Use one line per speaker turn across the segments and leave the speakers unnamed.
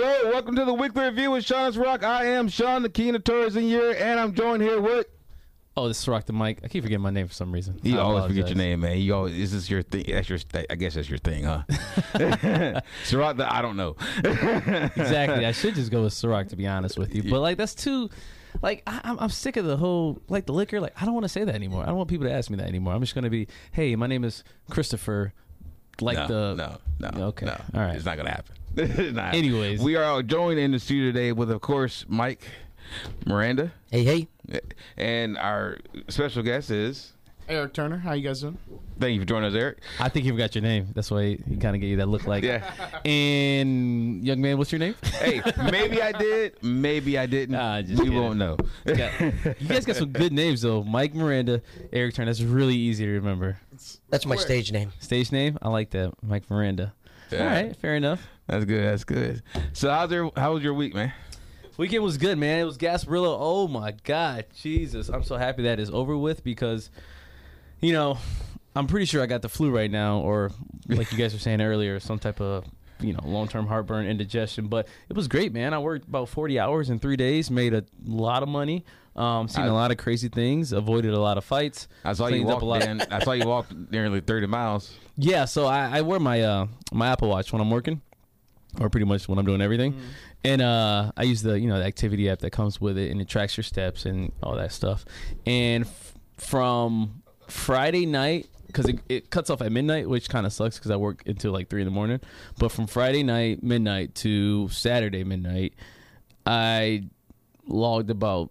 to the weekly review with Sean's Rock. I am Sean, the Keen of Torres in year, and I'm joined here with.
Oh, this is Rock the Mic. I keep forgetting my name for some reason.
You
I
always forget
apologize.
your name, man. You always this is your thing. That's your. Th- I guess that's your thing, huh? Sherrod, the- I don't know.
exactly. I should just go with Ciroc to be honest with you. But like that's too like I, I'm, I'm sick of the whole like the liquor. Like I don't want to say that anymore. I don't want people to ask me that anymore. I'm just gonna be hey, my name is Christopher. Like
no,
the
no, no,
okay,
no.
all right.
it's not gonna happen. It's not happening.
Anyways.
we are joined in the studio today with, of course, Mike, Miranda,
Hey, hey.
and our special guest is.
Eric Turner, how you guys doing?
Thank you for joining us, Eric.
I think you forgot your name. That's why he, kind of gave you that look like.
Yeah.
And young man, what's your name?
Hey, maybe I did, maybe I didn't.
Nah,
we
just kidding.
won't know.
Got- you guys got some good names though. Mike Miranda, Eric Turner. That's really easy to remember.
That's my stage name.
Stage name, I like that. Mike Miranda.
Yeah.
All right, fair enough.
That's good. That's good. So how's your how was your week, man?
Weekend was good, man. It was Gasparilla. Oh my god, Jesus! I'm so happy that is over with because, you know, I'm pretty sure I got the flu right now, or like you guys were saying earlier, some type of you know long-term heartburn, indigestion. But it was great, man. I worked about 40 hours in three days, made a lot of money, um, seen a lot of crazy things, avoided a lot of fights.
I saw you
cleaned
walk.
up a lot.
Dan- I saw you walk nearly thirty miles.
Yeah, so I, I wear my uh, my Apple Watch when I'm working, or pretty much when I'm doing
Mm.
everything, and uh, I use the you know the activity app that comes with it, and it tracks your steps and all that stuff. And f- from Friday night, because it, it cuts off at midnight, which kind of sucks because I work until like three in the morning. But from Friday night midnight to Saturday midnight, I logged about.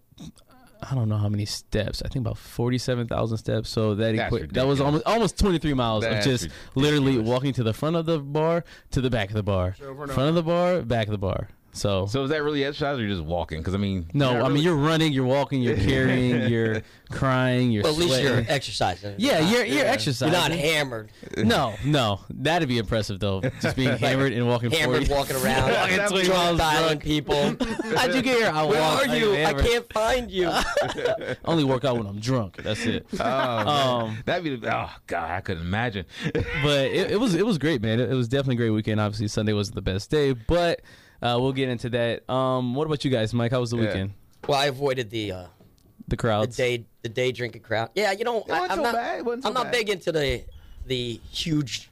I don't know how many steps. I think about forty-seven thousand steps. So that
That's
equi- that
ridiculous.
was almost almost 23 miles
That's
of just
ridiculous.
literally walking to the front of the bar to the back of the bar
over and
front of the bar back of the bar so,
So is that really exercise, or you're just walking? Because I mean,
no
you're
i
not
mean
really-
you're running you're walking you're carrying you're crying you're
Well, at least
sweating
you're exercising.
yeah you're, you're
You're
exercising
not hammered.
no no that'd be impressive though just being hammered and walking
Hammered
40.
walking around.
Walking
drunk,
20 miles
dialing people.
how'd you get here i
Where
walked
are you? I
hammered.
can't find you.
only work out when i'm drunk that's it
Oh, man.
Um,
that'd be. the- Oh God, I couldn't imagine.
but it, it was it was great, man. It, it was definitely a great weekend. Obviously, Sunday was the best day, but uh, we'll get into that. Um, what about you guys, Mike? How was the
Yeah.
weekend?
Well, I avoided the uh,
The
the
crowds.
day the day drinking crowd. Yeah, you know, I,
wasn't
I'm
so
not
bad. It wasn't so
I'm not
bad.
big into the the huge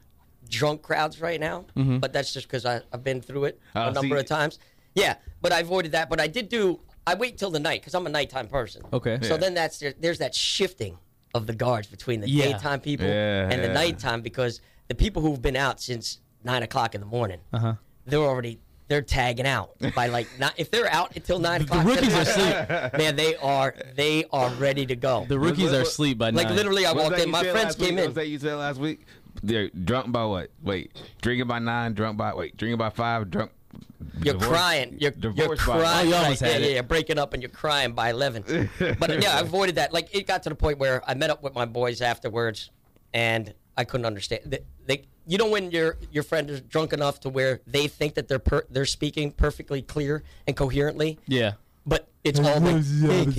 drunk crowds right now, but that's just because I've been through it
Oh,
a number
Mm-hmm. see-
of times. Yeah, but I avoided that. But I did do. I wait till the night because I'm a nighttime person.
Okay.
So
Yeah.
then that's there, there's that shifting of the guards between the
Yeah.
daytime people
Yeah,
and the
yeah.
nighttime because the people who've been out since nine o'clock in the morning,
Uh-huh.
they're already they're tagging out by like not if they're out until nine o'clock.
rookies
they're
are
not- Man, they are they are ready to go.
The rookies
what-
are
what-
asleep by
like
nine.
literally, I
What was
walked
that
in.
you
My
said
friends
last week?
came
What
in.
was that you said last week? They're drunk by what? Wait, drinking by nine, drunk by wait, drinking by five, drunk.
You're
divorced-
crying. You're, you're
divorced by-
crying.
Oh, you almost
Like,
had
yeah,
it.
yeah, you're breaking up and you're crying by 11. but yeah, I avoided that. Like, it got to the point where I met up with my boys afterwards and I couldn't understand. They, they, you know, when your your friend is drunk enough to where they think that they're per, they're speaking perfectly clear and coherently,
yeah.
but it's all like,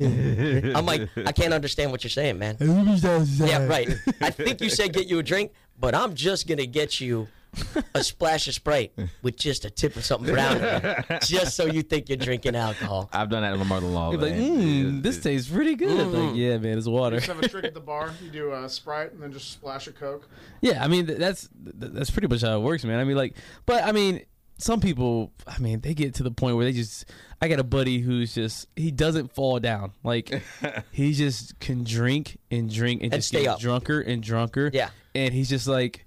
I'm like, I can't understand what you're saying, man. Yeah, right. I think you said get you a drink, but I'm just gonna get you a splash of Sprite with just a tip of something brown, in it, just so you think you're drinking alcohol.
I've done that with my mother-in-law.
He's like,
man.
mm, this tastes pretty good. I'm
Mm-hmm.
like, yeah, man, it's water.
Just have a trick at the bar. You do a Sprite and then just splash a Coke.
Yeah, I mean th- that's th- that's pretty much how it works, man. I mean, like, but I mean, some people, I mean, they get to the point where they just. I got a buddy who's just he doesn't fall down. Like, he just can drink and drink and, just
stay
get
up.
drunker and drunker.
Yeah.
and he's just like.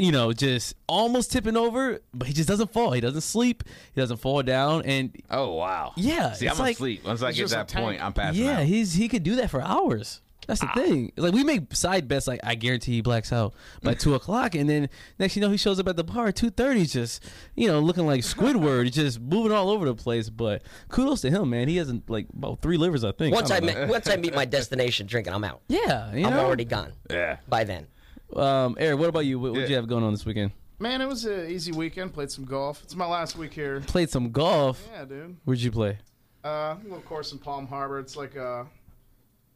You know, just almost tipping over, but he just doesn't fall. He doesn't sleep. He doesn't fall down, and
Oh wow.
Yeah,
See,
it's
I'm
like-
asleep. Once I
It's
get
just a
that
tank.
point, I'm passing
yeah,
out.
he's he could do that for hours. That's the thing. Like we make side bets. Like I guarantee he blacks out by two o'clock, and then next you know he shows up at the bar at two thirty, just you know looking like Squidward, just moving all over the place. But kudos to him, man. He has like about three livers, I think.
Once I
don't know.
met, once I meet my destination drinking, I'm out.
yeah, you
I'm
know.
already gone
Yeah.
by then.
Um, Eric, what about you? What would
Yeah.
you have going on this weekend?
Man, it was an easy weekend. Played some golf. It's my last week here.
Played some golf.
Yeah, dude.
Where'd you play?
Uh, a little course in Palm Harbor. It's like a,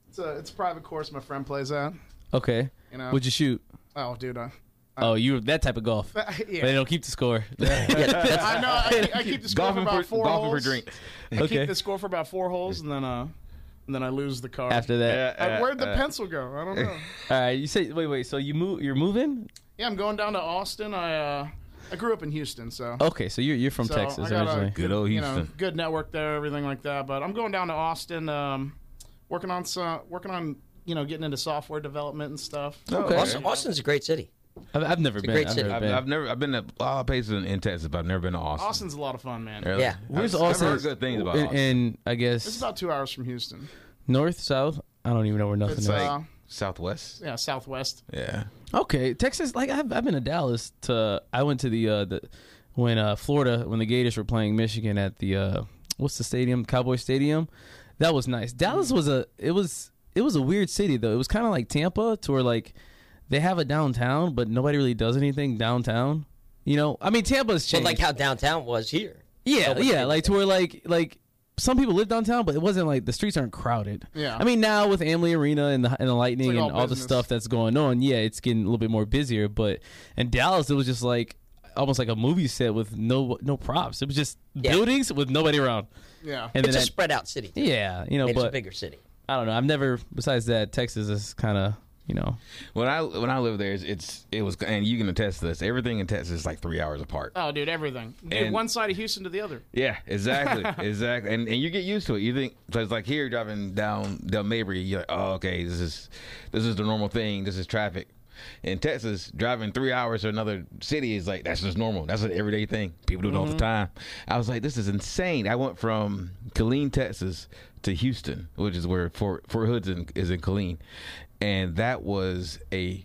it's a, it's a private course my friend plays at.
Okay.
You know.
What'd you shoot?
Oh, dude, I
Oh, you that type of golf.
Yeah.
But they don't keep the score.
Yeah, that's-
I know. I, keep- I keep the score for
golfing
about
for,
four
golfing for
holes.
drinks.
I
Okay.
keep the score for about four holes, and then uh, and then I lose the car.
After that,
Uh, where'd the
uh,
pencil go? I don't know.
all right. You say wait, wait. So you move? You're moving?
yeah, I'm going down to Austin. I uh, I grew up in Houston, so.
Okay, so you're you're from
so
Texas
I got
originally.
A good,
Good old
you know,
Houston.
good network there, everything like that. But I'm going down to Austin, um, working on some, working on you know getting into software development and stuff.
Okay.
You
Austin,
know,
Austin's a great city.
I've, I've never been.
great
I've
city.
never
I've,
been.
I've never. I've been to a lot of places in, in Texas, but I've never been to Austin.
Austin's a lot of fun, man.
Really?
Yeah.
Where's
I've-
Austin?
I've heard good things about
And-
Austin.
And I
It's
guess
about two hours from Houston.
north, south. I don't even know where nothing
It's
is.
like
uh,
Southwest.
yeah, Southwest.
Yeah.
Okay, Texas. Like I've I've been to Dallas. To I went to the uh, the when uh, Florida when the Gators were playing Michigan at the uh, what's the stadium Cowboy Stadium. That was nice. Dallas was a it was it was a weird city though. It was kind of like Tampa to where like they have a downtown but nobody really does anything downtown. You know, I mean Tampa's
But
changed.
like how downtown was here.
yeah,
nobody
yeah,
did
like to where like like some people live downtown, but it wasn't like the streets aren't crowded.
Yeah.
I mean now with Amley Arena and the and the Lightning
It's
and
like
all,
all
the
business.
stuff that's going on, yeah, it's getting a little bit more busier. But in Dallas, it was just like almost like a movie set with no no props. It was just
Yeah.
buildings with nobody around.
Yeah.
And
It's a
then
spread out city.
that- yeah, you know,
It's a
but
bigger city.
I don't know. I've never besides that Texas is kind of you know
When I when I lived there, it's, it's it was, and you can attest to this. Everything in Texas is like three hours apart.
Oh, dude, everything. Dude,
And-
one side of Houston to the other.
Yeah, exactly, exactly, and and you get used to it. You think because like here driving down down Mabry, you're like, oh, okay, this is this is the normal thing. This is traffic. In Texas, driving three hours to another city is like that's just normal. That's an everyday thing. People do it all the time. I was like, this is insane. I went from Killeen, Texas, to Houston, which is where Fort Fort Hood's in, is in Killeen, and that was a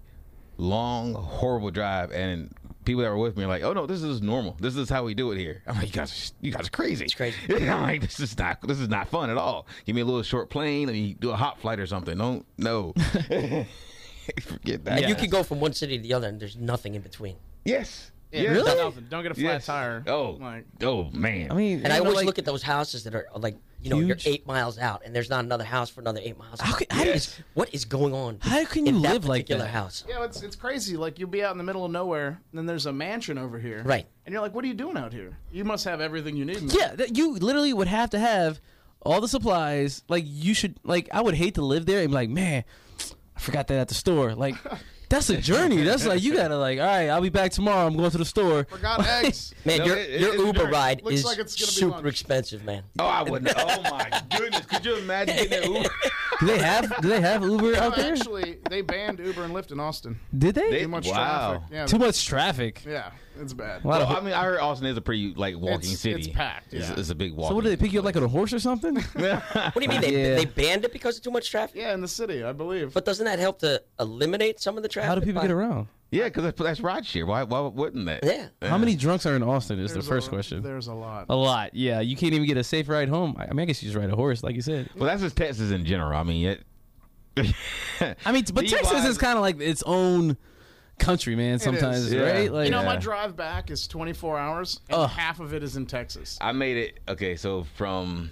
long, horrible drive, and people that were with me are like, "Oh no, this is normal. This is how we do it here." I'm like, "You guys, are, you guys are crazy. It's
crazy.
I'm like, "This is not, this is not fun at all. Give me a little short plane. Let me do a hop flight or something. Don't, no, forget that.
And you could go from one city to the other and there's nothing in between.
yes,
Yeah,
yes.
there's nothing. Don't get a flat
Yes.
tire.
Oh,
Like,
oh man.
I mean
And I always look at those houses that are like, you know,
Huge.
you're eight miles out and there's not another house for another eight miles.
How
out.
can- how
What
do-
is- what is going on?
How can
in
you
that
live like
particular
that?
house?
yeah, it's it's crazy. Like you'll be out in the middle of nowhere, and then there's a mansion over here.
Right.
And you're like, what are you doing out here? You must have everything you need. man.
Yeah, that you literally would have to have all the supplies. Like you should like I would hate to live there and be like, man, I forgot that at the store. Like that's a journey. That's like you gotta like, all right, I'll be back tomorrow. I'm going to the store.
Forgot eggs.
Man,
No,
your,
it- it-
your
it's
Uber
dirty.
ride
Looks
is
like it's gonna be
super
lunch.
expensive, man.
oh, I wouldn't. oh my goodness. Could you imagine getting that Uber?
Do they have do they have Uber out
No,
there?
actually, they banned Uber and Lyft in Austin.
Did they?
They-
Too much
Wow.
traffic. Yeah,
Too much traffic.
yeah, it's bad.
Wow.
Well, I mean, I heard Austin is a pretty like walking
It's-
city.
it's packed,
It's,
yeah.
it's a big walking.
So what do they pick you up like on a horse or something?
What do you mean they,
Yeah.
they banned it because of too much traffic?
Yeah, in the city, I believe.
But doesn't that help to eliminate some of the traffic?
How do people
by-
get around?
Yeah, because that's, that's rideshare. Why? Why wouldn't that?
Yeah.
How many drunks are in Austin? Is
There's
the first
a,
question.
There's a lot.
A lot. Yeah, you can't even get a safe ride home. I I mean, I guess you just ride a horse, like you said.
Well, that's just Texas in general. I mean, it,
I mean, but Texas
DUIs.
is kind of like its own country, man. Sometimes,
is.
Yeah.
right? Like,
You know, my
Yeah.
drive back is 24 hours, and half of it is in Texas.
I made it. Okay, so from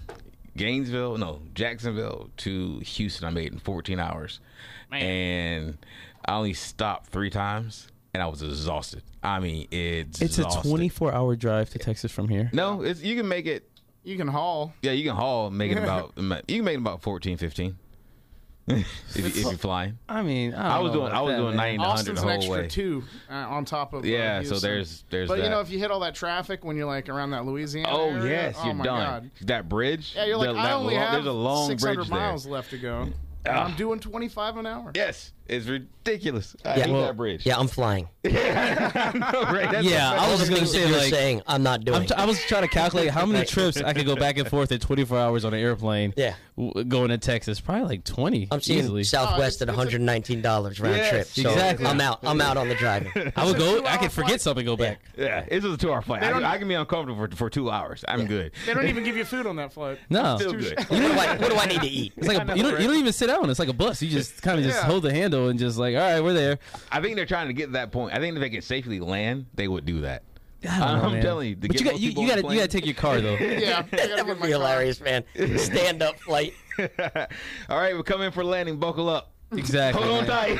Gainesville, no, Jacksonville to Houston, I made it in 14 hours,
Man.
and I only stopped three times, and I was exhausted. I mean, it's
It's a 24 hour drive to Texas from here.
No, it's you can make it.
You can haul.
Yeah, you can haul. Make it about. You can make it about 14, 15. if, you, if you're flying,
I mean, I, don't
I was
know
doing.
about
I was
that,
doing 90
man.
to 100
Austin's
the
an
whole
extra
way.
two uh, on top of uh,
Yeah, so
Houston.
there's there's
But
that.
you know, if you hit all that traffic when you're like around that Louisiana,
Oh
area,
yes,
oh
you're
my
done.
God.
That bridge.
Yeah, you're like
the-
I
that
only
long-
have
there's a long
600
bridge
miles
there. Ah.
left to go. And I'm doing 25 an hour.
Yes, it's ridiculous. I hate
Well,
that bridge.
Yeah, I'm flying.
No, right? That's the-
Yeah, I
All
was
the
just gonna
things that
say
you're
like.
saying, I'm not doing.
I'm t- I was trying to calculate how many trips I could go back and forth in 24 hours on an airplane.
Yeah.
w- going to Texas, probably like 20.
I'm seeing
easily.
Southwest
Oh,
at
it's- it's a-
$119 round
Yes,
trip. So
exactly.
I'm out. I'm out on the driving.
I would
It's a
go.
two-hour
I could forget
flight.
something. Go back.
yeah, this is a two-hour flight.
don't-
I, I can be uncomfortable for, for two hours. I'm good.
They don't even give you food on that flight.
No,
Still
it's
good.
what, do I, what do I need to eat?
like a, you don't you don't even sit down. It's like a bus. You just kind of just
Yeah.
hold the handle and just like, all right, we're there.
I think they're trying to get to that point. I think if they could safely land, they would do that.
I don't know,
I'm
man.
telling you, to
but
get
you got
most
you,
people
you
on
got to
the
you got to
plane-
take your car though.
Yeah, I gotta
That
get
would
my
be
car.
hilarious, man. Stand up flight.
All right, we're coming for landing. Buckle up.
Exactly.
Hold on
man.
tight.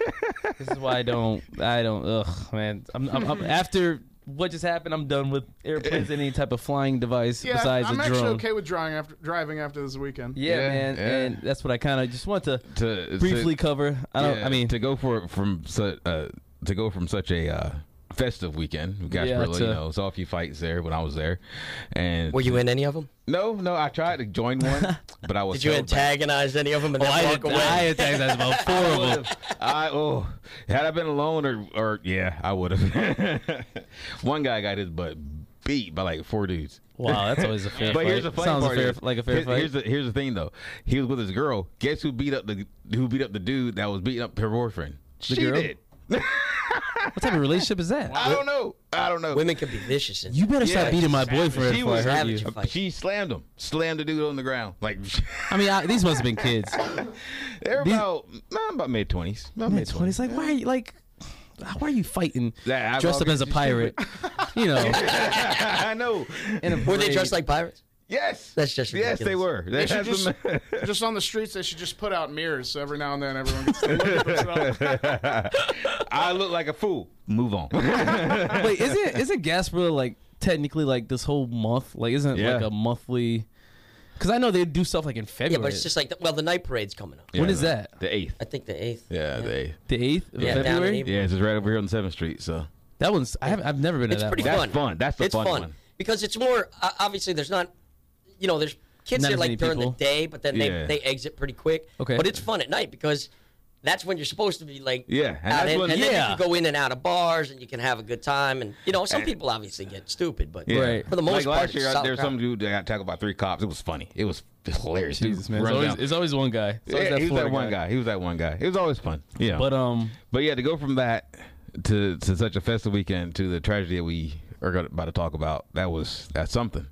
This is why I don't. I don't. Ugh, man. I'm, I'm, I'm- after what just happened, I'm done with airplanes and any type of flying device
Yeah,
besides
I'm
a
actually
drone.
okay with driving after driving after this weekend.
Yeah,
Yeah,
man.
yeah.
And that's what I kind of just want to
to to-
briefly cover. I don't.
yeah,
I mean,
to go for from su- uh, to go from such a uh, festive weekend, Gasparilla,
to-
you know, saw a few fights there when I was there, and
Were you in any of them?
no, no, I tried to join one, but I was
Did you
held back.
antagonize any of them and then
I
walk away?
I attacked that about four of them.
I oh, had I been alone or or yeah, I would have. One guy got his butt beat by like four dudes.
Wow, that's always a fair
But
fight.
here's the funny
Sounds
part:
a fair,
is-
like a fair
here-
fight.
Here's the here's the thing though. He was with his girl. Guess who beat up the who beat up the dude that was beating up her boyfriend? she
girl?
did.
what type of relationship is that?
I don't know. I don't know.
Women can be vicious. And
You better
Yeah,
stop beating my boyfriend
She
before I
was
hurt
savage.
you.
fight.
She slammed him. Slammed the dude on the ground. Like
I mean, I, these must have been kids.
they're about nah, about mid twenties. About mid
It's funny.
twenties.
It's like, why are you like, why are you fighting?
Yeah, I've
dressed up
always
as a
been
pirate, you know.
I know.
in a
Were they
parade.
dressed like pirates?
Yes.
That's just
yes. They
ridiculous.
were. They
They should
had
just,
some-
just on the streets, they should just put out mirrors so every now and then everyone gets to look at themselves.
I look like a fool. Move on.
Wait, isn't isn't Gasparilla like technically like this whole month? Like, isn't it like
Yeah.
a monthly? Because I know they do stuff like in
Yeah,
February.
but it's just like, the, well, the night parade's coming up.
When is
the-
that?
The eighth.
I think the 8th.
Yeah, the eighth.
the eighth of
Yeah, down in
February.
April.
Yeah, it's just right over here on Seventh Street. So
That one's I have, I've never been to
It's
that.
pretty
one.
That's
fun.
fun. That's the
it's
fun
fun
one.
because it's more o- obviously. There's not, you know, there's kids
Not
there
as many
like during
people.
the day, but then
Yeah.
they, they exit pretty quick.
Okay.
but it's fun at night because that's when you're supposed to be like
Yeah, and
out
that's
in-
when-
and then
Yeah.
you can go in and out of bars and you can have a good time and you know some people obviously get stupid, but
Yeah.
Right.
for the
like
most
last
part,
year,
it's
I-
solid
there was
crowd.
some dude that got tackled by three cops. It was funny. It was hilarious. Dude
Jesus, man. It's
runs
always,
down-
it's always one guy. It's always
yeah,
that
he was
Florida
that one guy. He was that one guy. It was always fun. Yeah.
But um,
But yeah, to go from that to to such a festive weekend to the tragedy that we are gonna- about to talk about, that was that's something.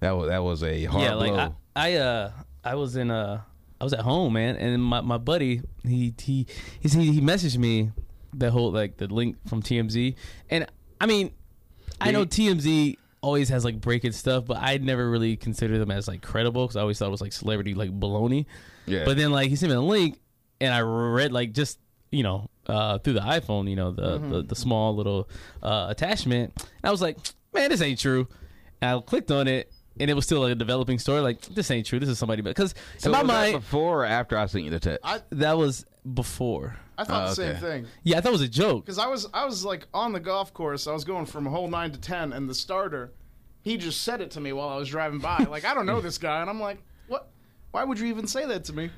That was that was a hard
yeah, like
blow.
I, I uh I was in uh I was at home, man, and my, my buddy he he he he he messaged me that whole like the link from TMZ, and I mean I know TMZ always has like breaking stuff, but I never really considered them as like credible because I always thought it was like celebrity like baloney.
Yeah.
But then like he sent me a link, and I read like just you know uh, through the iPhone, you know the the, the small little uh, attachment, and I was like, man, this ain't true. And I clicked on it, and it was still like, a developing story. Like this ain't true. This is somebody because
so
in my
was that
mind
before or after I sent you the text?
I-
that was before.
I thought
Oh,
the same
okay.
thing.
Yeah, I thought it was a joke.
Because I was I was like on the golf course. I was going from hole nine to ten, and the starter, he just said it to me while I was driving by. like I don't know this guy, and I'm like, what? Why would you even say that to me?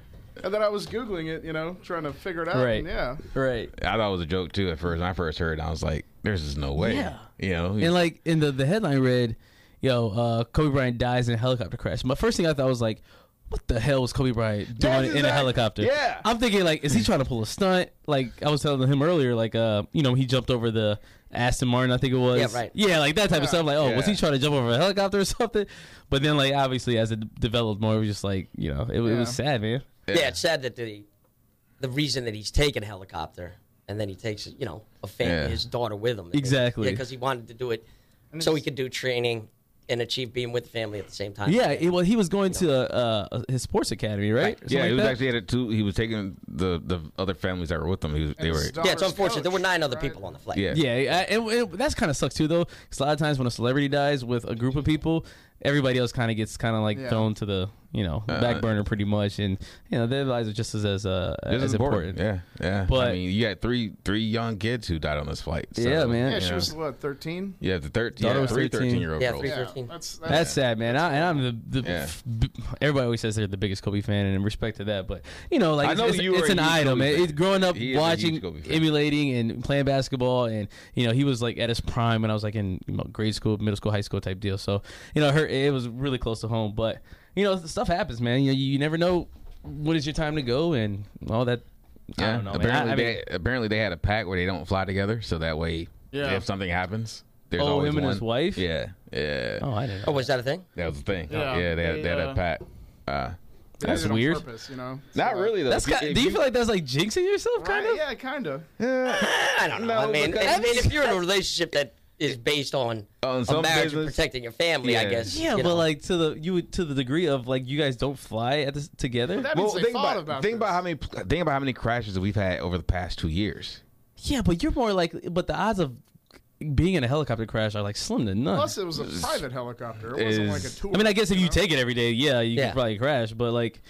And then I was googling it, you know, trying to figure it out.
Right.
and yeah.
Right.
I thought it was a joke too at first. When I first heard, it, I was like, "There's just no way."
Yeah.
You know.
And like in the the headline read, "Yo, uh, Kobe Bryant dies in a helicopter crash." My first thing I thought was like, "What the hell was Kobe Bryant doing
That's
in a
exact-
helicopter?"
yeah.
I'm thinking like, is he trying to pull a stunt? Like I was telling him earlier, like uh, you know, he jumped over the Aston Martin, I think it was.
Yeah, right.
Yeah, like that type of stuff. Like, oh, was
Yeah.
he trying to jump over a helicopter or something? But then, like, obviously, as it developed more, it was just like, you know, it, it was sad, man.
Yeah, it's sad that the the reason that he's taken a helicopter and then he takes you know a family,
Yeah.
his daughter with him.
Exactly.
Yeah, because he wanted to do it so he could do training and achieve being with the family at the same time.
Yeah, it, well, he was going to uh, uh, his sports academy, right? Or something
yeah,
like
he was
that?
actually at two. He was taking the the other families that were with him. He was, they were.
His
Yeah, it's
daughter's
unfortunate. there were
coach,
nine other
right?
people on the flight.
Yeah.
Yeah, I, and, and that's kind of sucks too, though. 'cause a lot of times when a celebrity dies with a group of people, everybody else kind of gets kind of like
Yeah.
thrown to the you know
Uh,
back burner pretty much, and you know their lives are just as as uh,
This
as
is important.
important.
Yeah, yeah. I
But-
mean, you had three three young kids who died on this flight. so-
Yeah, man.
Yeah.
Yeah, she was what thirteen.
Yeah, the thir-
Daughter
yeah,
was
three
13.
13 year old
Yeah,
girls.
three-
Yeah,
13.
that's, that's
That's sad, man. I, and I'm the, the
Yeah.
b- everybody always says they're the biggest Kobe fan, and in respect to that. But you know, like
I
it's,
know
it's-
you
it's
are a
an
huge
idol,
Kobe
man.
fan.
It's growing up
He is a huge
watching,
Kobe fan.
emulating, and playing basketball, and you know, he was like at his prime when I was like in you know, grade school, middle school, high school type deal. So you know, her it was really close to home. But you know, stuff happens, man. You know, you never know when is your time to go, and all that. I
Yeah.
don't know. man. I-
Apparently,
I mean-
they, apparently they had a pact where they don't fly together, so that way,
Yeah.
if something happens, there's
Oh,
always
him and
one.
his wife?
Yeah, yeah.
oh, I didn't
Oh,
know.
was that a thing?
That was the thing.
Yeah.
Yeah, they, had,
They,
they had
uh,
a pact. Uh,
That's
They did it on
weird.
Purpose, you know.
not
So, uh,
really though.
That's
If
kind
if
do you feel like that's like jinxing yourself,
Right?
kind of?
Yeah, kind of.
Yeah.
I don't know.
No,
I mean,
because-
I mean, if you're in a relationship that is based on,
On
a
Uh, some
marriage and
business.
protecting your family, I
Yeah.
guess.
Yeah,
you
but
know.
like to the you would to the degree of like you guys don't fly at this together.
That
Well,
means they
think
thought
about,
about
think
this.
about how many think about how many crashes that we've had over the past two years.
yeah, but you're more likely. But the odds of being in a helicopter crash are like slim to none.
Plus, it was a private helicopter. It wasn't like a
is-
tour.
I mean, I guess if you take it every day, yeah, you
Yeah.
could probably crash. But like,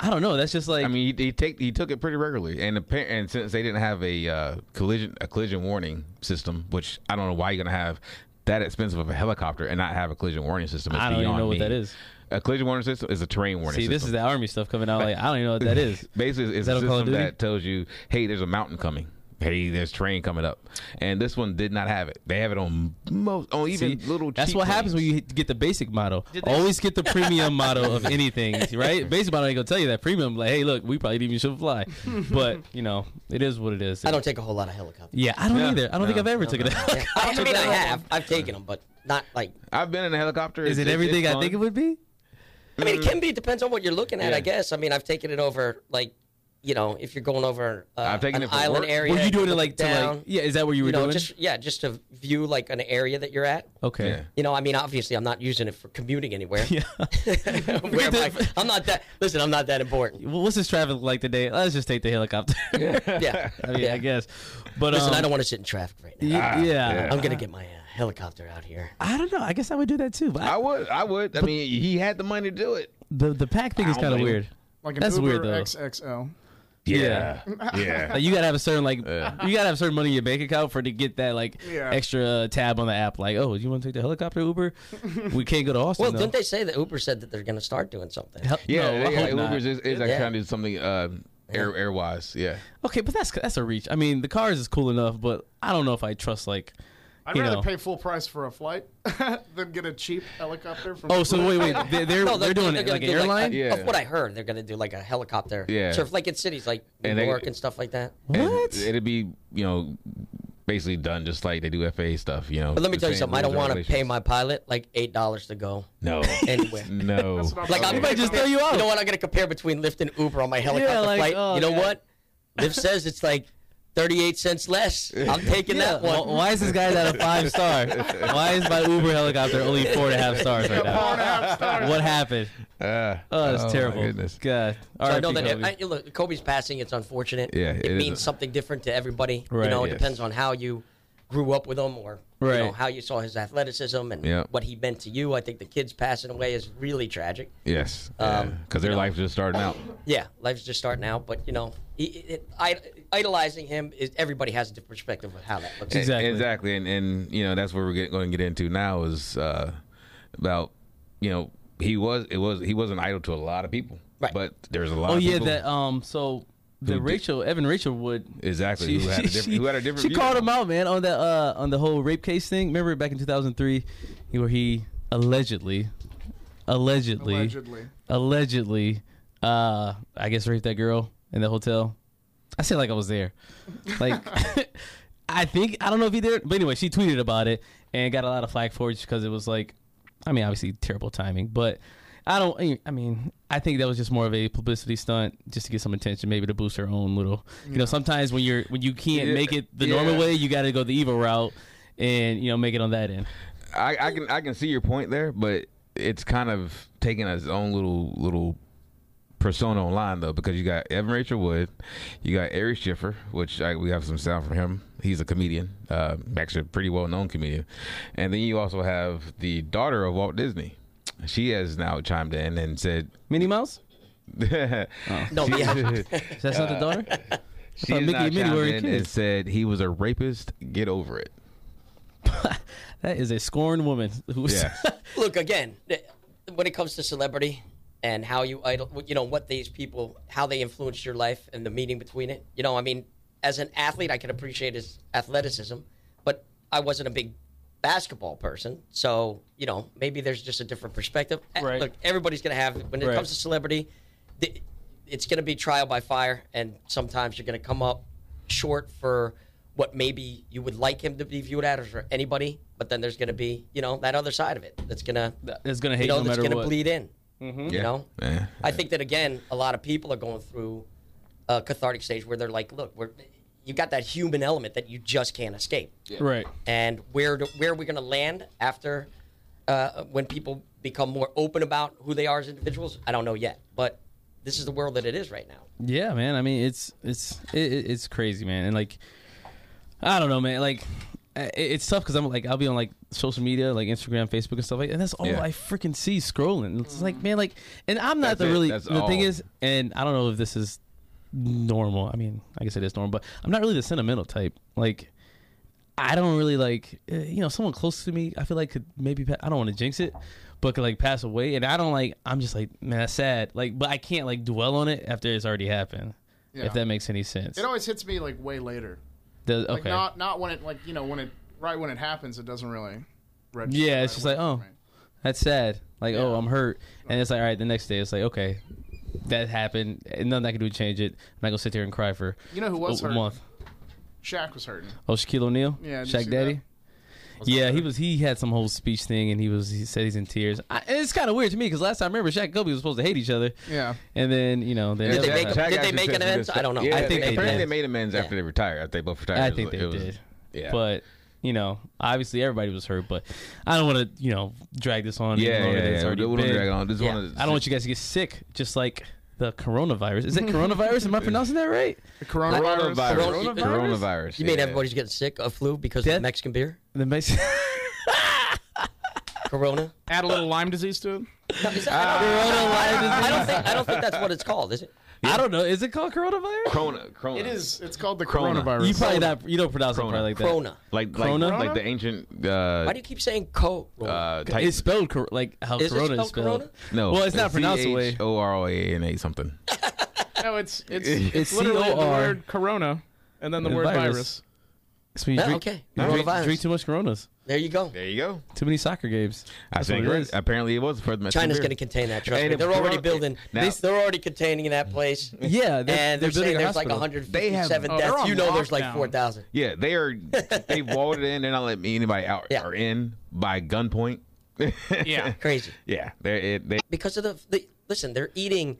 I don't know. That's just like
I mean, he, he take he took it pretty regularly, and appa- and since they didn't have a uh, collision a collision warning system, which I don't know why you're gonna have that expensive of a helicopter and not have a collision warning system. It's
I don't even
beyond
know what
me.
that is.
A collision warning system is a terrain warning.
see,
system.
this is the army stuff coming out. Like, I don't even know what that is.
Basically, it's
that
a
on Call of
system
Duty?
that tells you, hey, there's a mountain coming. Hey, there's train coming up, and this one did not have it. They have it on most, on even
See,
little.
That's
cheap
what happens
planes.
when you hit- get the basic model. Always get the premium model of anything, right? Basic model ain't gonna tell you that premium. Like, hey, look, we probably didn't even should fly, but you know, it is what it is.
I don't take a whole lot of helicopters.
Yeah, I don't either. I don't think
no,
I've ever took it.
Yeah. I, I mean, I have. I've taken them, but not like.
I've been in a helicopter.
Is it
It's- it's
everything I
fun.
think it would be?
I
Mm-hmm.
mean, it can be. It depends on what you're looking at,
Yeah.
I guess. I mean, I've taken it over, like, you know, if you're going over uh,
I've taken it
an
for
island
work.
area.
Were you doing it like to
down,
like? Yeah, is that what you were
you know,
doing?
just yeah, just to view like an area that you're at.
okay.
Yeah.
You know, I mean, obviously, I'm not using it for commuting anywhere.
Yeah.
Where am I? I'm not that. Listen, I'm not that important.
Well, what's this traffic like today? Let's just take the helicopter.
Yeah.
I mean, I guess. But
Listen,
um,
I don't want Ah, to sit in traffic right now.
y- yeah, Um,
yeah.
I'm gonna get my uh, helicopter out here.
I don't know. I guess I would do that too. But I-
I would. I would. I mean, he had the money to do it.
the the pack thing
I
is
don't
kind of
blame him.
weird.
like an
That's
Uber
weird, though.
XXL.
Yeah.
Yeah.
Like, you gotta have a certain like
Yeah.
you gotta have certain money in your bank account for to get that like
Yeah.
extra tab on the app. Like, oh, you want to take the helicopter Uber? we can't go to Austin.
Well,
though.
didn't they say that Uber said that they're gonna start doing something?
Hel-
Yeah,
no, I
yeah,
hope not.
Uber's is, is like
Yeah.
trying to do something uh, air air wise. Yeah,
Okay, but that's that's a reach. I mean, the cars is cool enough, but I don't know if I trust like.
I'd
you
rather
know.
pay full price for a flight than get a cheap helicopter from.
Oh, so wait, wait, they, they're
No,
they're doing it
gonna
like an
do,
airline.
a-
Yeah.
Of what I heard, they're gonna do like a helicopter.
Yeah.
Surf like in cities like New
And they-
York and stuff like that.
And
What?
it'd be you know basically done just like they do FAA stuff. You know,
But let me
the
tell you
same
something. I don't
rules and
want to pay
regulations.
my pilot like eight dollars to go
no,
anywhere.
no.
That's what I'm
Like
saying.
I'm
They might just
throw you out.
You know what? I'm gonna compare between Lyft and Uber on my helicopter
like,
flight.
oh,
you know
God.
what? Lyft says it's like 38 cents less. I'm taking that
Why-
one.
Why is this guy at a five star? Why is my Uber helicopter only four and a half stars right
Four and a
now?
half stars.
What happened?
Uh,
Oh, that's
my
terrible.
goodness.
God. All
So
right,
I know that I, look, Kobe's passing. It's unfortunate.
Yeah,
it,
it is
means
a-
something different to everybody.
Right,
you know, it
yes.
depends on how you grew up with him or you know,
Right.
how you saw his athleticism and
Yeah.
what he meant to you. I think the kids passing away is really tragic.
Yes, because
Um,
their life's just starting out.
Yeah, life's just starting out, but you know, he, it, I, idolizing him is everybody has a different perspective of how that looks.
Exactly.
exactly, and and you know that's where we're get, going to get into now is uh, about you know he was it was he was an idol to a lot of people,
Right.
But there's a lot.
Oh
of
yeah,
people,
uh,
that um. So the
Who did-
Rachel Evan Rachel Wood.
exactly who had a different who had a different.
She
view.
called him out, man, on that uh on the whole rape case thing. Remember back in 2003, where he allegedly, allegedly,
Allegedly.
allegedly, uh, I guess raped that girl in the hotel. I said like I was there. Like, I think I don't know if he did, but anyway, she tweeted about it and got a lot of flack for it because it was like, I mean, obviously terrible timing, but I don't. I mean, I think that was just more of a publicity stunt just to get some attention, maybe to boost her own little. You know, sometimes when you're when you can't
Yeah,
make it the
yeah.
normal way, you got to go the evil route. And you know, make it on that end.
I, I can I can see your point there, but it's kind of taking its own little little persona online though, because you got Evan Rachel Wood, you got Ari Schiffer, which I, we have some sound from him. He's a comedian, uh, actually a pretty well known comedian, and then you also have the daughter of Walt Disney. She has now chimed in and said,
Minnie Mouse? Oh.
No,
She's-
yeah.
That's not the daughter.
She has
thought Uh, Mickey
now
and Minnie
chimed
were
in and
kids.
said he was a rapist. Get over it.
That is a scorned woman. Who's
Yeah.
look again th- when it comes to celebrity and how you idol you know what these people how they influence your life and the meaning between it you know i mean as an athlete i can appreciate his athleticism but i wasn't a big basketball person so you know maybe there's just a different perspective Eh,
Right.
look everybody's gonna have when it
Right.
comes to celebrity th- it's gonna be trial by fire and sometimes you're gonna come up short for what maybe you would like him to be viewed at or for anybody but then there's gonna be you know that other side of it that's gonna
That's gonna hate
you know,
no
that's
matter
going to
what. Mm-hmm.
bleed in.
Yeah.
You know,
Yeah.
I think that again, a lot of people are going through a cathartic stage where they're like, "Look, we're you got that human element that you just can't escape.
Right.
And where do, where are we going to land after uh, when people become more open about who they are as individuals? I don't know yet, but this is the world that it is right now.
Yeah, man. I mean, it's it's it, it- it's crazy, man. And like, I don't know, man. Like, i- it's tough because I'm like, I'll be on like social media, like Instagram, Facebook, and stuff like, and that's all
Yeah. Mm-hmm.
I freaking see scrolling. It's like, man, like, and I'm
That's
not the
it.
really.
That's
the thing
all.
is, and I don't know if this is normal. I mean, I guess it is normal, but I'm not really the sentimental type. Like. I don't really like, eh, you know, someone close to me. I feel like could maybe pa- I don't want to jinx it, but could like pass away, and I don't like. I'm just like, man, that's sad. Like, but I can't like dwell on it after it's already happened.
Yeah.
If that makes any sense.
It always hits me like way later.
Does-
Like
okay.
not not when it like you know when it right when it happens it doesn't really register.
Yeah, it's
right
just
away
like, oh.
for me.
that's sad. Like, oh,
Yeah.
I'm hurt, and it's like, all right, the next day, it's like, okay, that happened, and nothing I can do to change it. I'm not gonna sit there and cry for
You know who was
a
hurt?
month.
Shaq was hurting.
Oh, Shaquille O'Neal,
Yeah, did you see
Shaq
that?
Daddy. Yeah, he was. He had some whole speech thing, and he was. He said he's in tears. I, and it's kind of weird to me because last time I remember, Shaq and Kobe was supposed to hate each other.
Yeah.
And then you know, they
Did
never
they make
got-
him- did they
actually
make
said
an
some good
amends? I
stuff.
don't know.
Yeah,
I think they
apparently
did.
they made amends after
Yeah.
they retired. After they both retired.
I
It was-
think they
it was-
did.
Yeah.
But you know, obviously everybody was hurt. But I don't want to you know drag this on. any
yeah, yeah,
longer
yeah.
than it's
We
already
don't
been.
drag on. This
Yeah.
one is,
I don't want you guys to get sick, just like the coronavirus. Is it coronavirus? Am I pronouncing that right?
The coronavirus.
Coronavirus.
Coronavirus?
Coronavirus.
You mean
yeah.
everybody's getting sick of flu because
Death-
of Mexican beer?
The Mex-
Corona?
Add a little Lyme disease to it.
I don't think I don't think that's what it's called, is it?
I don't know. Is it called coronavirus?
Corona. Corona.
It is. It's called the
Corona.
coronavirus. Oh.
You probably not. You don't pronounce it
Corona.
probably like that.
Corona.
Like
Corona?
Like, like the ancient. Uh,
Why do you keep saying co?
uh, type,
It's spelled cor- like how
Is it
Corona is
spelled
spelled.
Corona?
no.
Well, it's not pronounced the way-
C H O R O A N A something.
No, it's it's it's,
It's
literally the
C-O-R.
word corona and then the
And
word
virus.
virus.
So you
Yeah,
drink,
okay.
you drink,
Coronavirus.
drink too much Coronas.
There you go.
There you go.
Too many soccer games.
I
That's what
think
it
it
is.
is. apparently it was for the
China's going to
to.
contain that. Trust
And
me.
if
They're already
Corona-
building.
Now-
they, they're already containing that place.
Yeah, they're-
and
they're
they're,
building
saying
a
there's like
hospital.
157
They have- oh,
deaths.
they're
You
on
know, there's like
lockdown.
4,000.
Yeah, they are. They walled it in. They're not letting anybody out
Yeah.
or in by gunpoint.
Yeah.
Crazy
Yeah, they're it, they
because of the, the listen. They're eating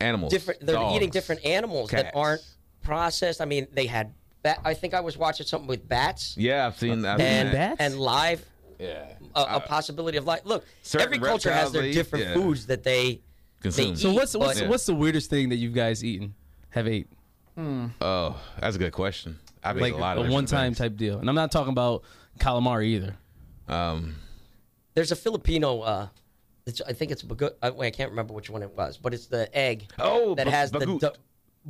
animals.
different. They're
dogs.
eating different animals that
cats.
aren't processed. I mean, they had. Bat, I think I was watching something with bats.
Yeah, I've seen. I've
and
seen that.
Bats?
and live
Yeah.
a, a possibility of life. Look,
Uh, certain
every culture
reptiles
has their
they eat,
different
yeah.
foods that they
Consume.
They
So what's
But-
what's
Yeah.
what's the weirdest thing that you guys eaten have ate
Oh, that's a good question. I've
like
eaten a lot of
a
different
one time
things.
type deal? And I'm not talking about calamari either.
Um,
There's a Filipino. Uh, it's, I think it's bagut. I, wait, I can't remember which one it was, but it's the egg.
Oh,
that
ba-
has the
bagut.
du-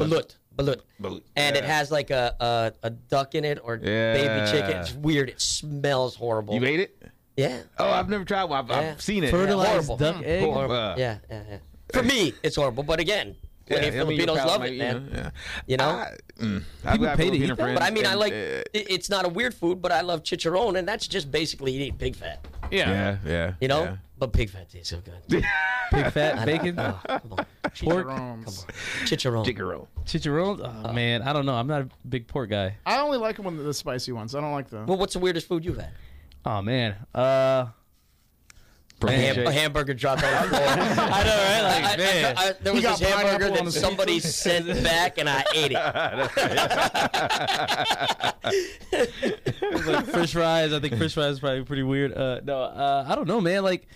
balut, balut,
Balut,
and it
yeah.
has like a, a a duck in it or baby chicken.
Yeah.
It's weird. It smells horrible.
you ate it?
yeah.
Oh, I've never tried one. I've,
Yeah.
I've seen it.
Fertilized
horrible.
duck
Mm.
egg.
Horrible.
Horrible.
uh,
yeah, yeah, yeah. For me, it's horrible. But again,
Yeah,
plenty
I
of
mean, your
Filipinos
palate
love
might-
it, man.
Yeah,
You know?
I, mm, I've
People
got
pay to
Filipino
eat that?
friends
But I mean, I
and,
like.
uh,
it- It's not a weird food, but I love chicharron, and that's just basically eating pig fat.
Yeah.
yeah, yeah.
You know,
yeah.
but pig fat tastes so good.
Pig fat, bacon,
Oh, come on.
pork,
Chicharrones.
Chicharron.
Jigaro.
chicharron.
Uh.
Oh man, I don't know. I'm not a big pork guy.
I only like them when they're the spicy ones. I don't like the.
Well, what's the weirdest food you've had?
Oh man. Uh
A, ham- uh,
Shake.
a hamburger dropped on the floor. I know, right?
Like, man.
there was
got
this hamburger
pineapple on
that
the
somebody sent back, and I ate it.
like fish fries. I think fish fries is probably pretty weird. Uh, no, uh, I don't know, man. Like,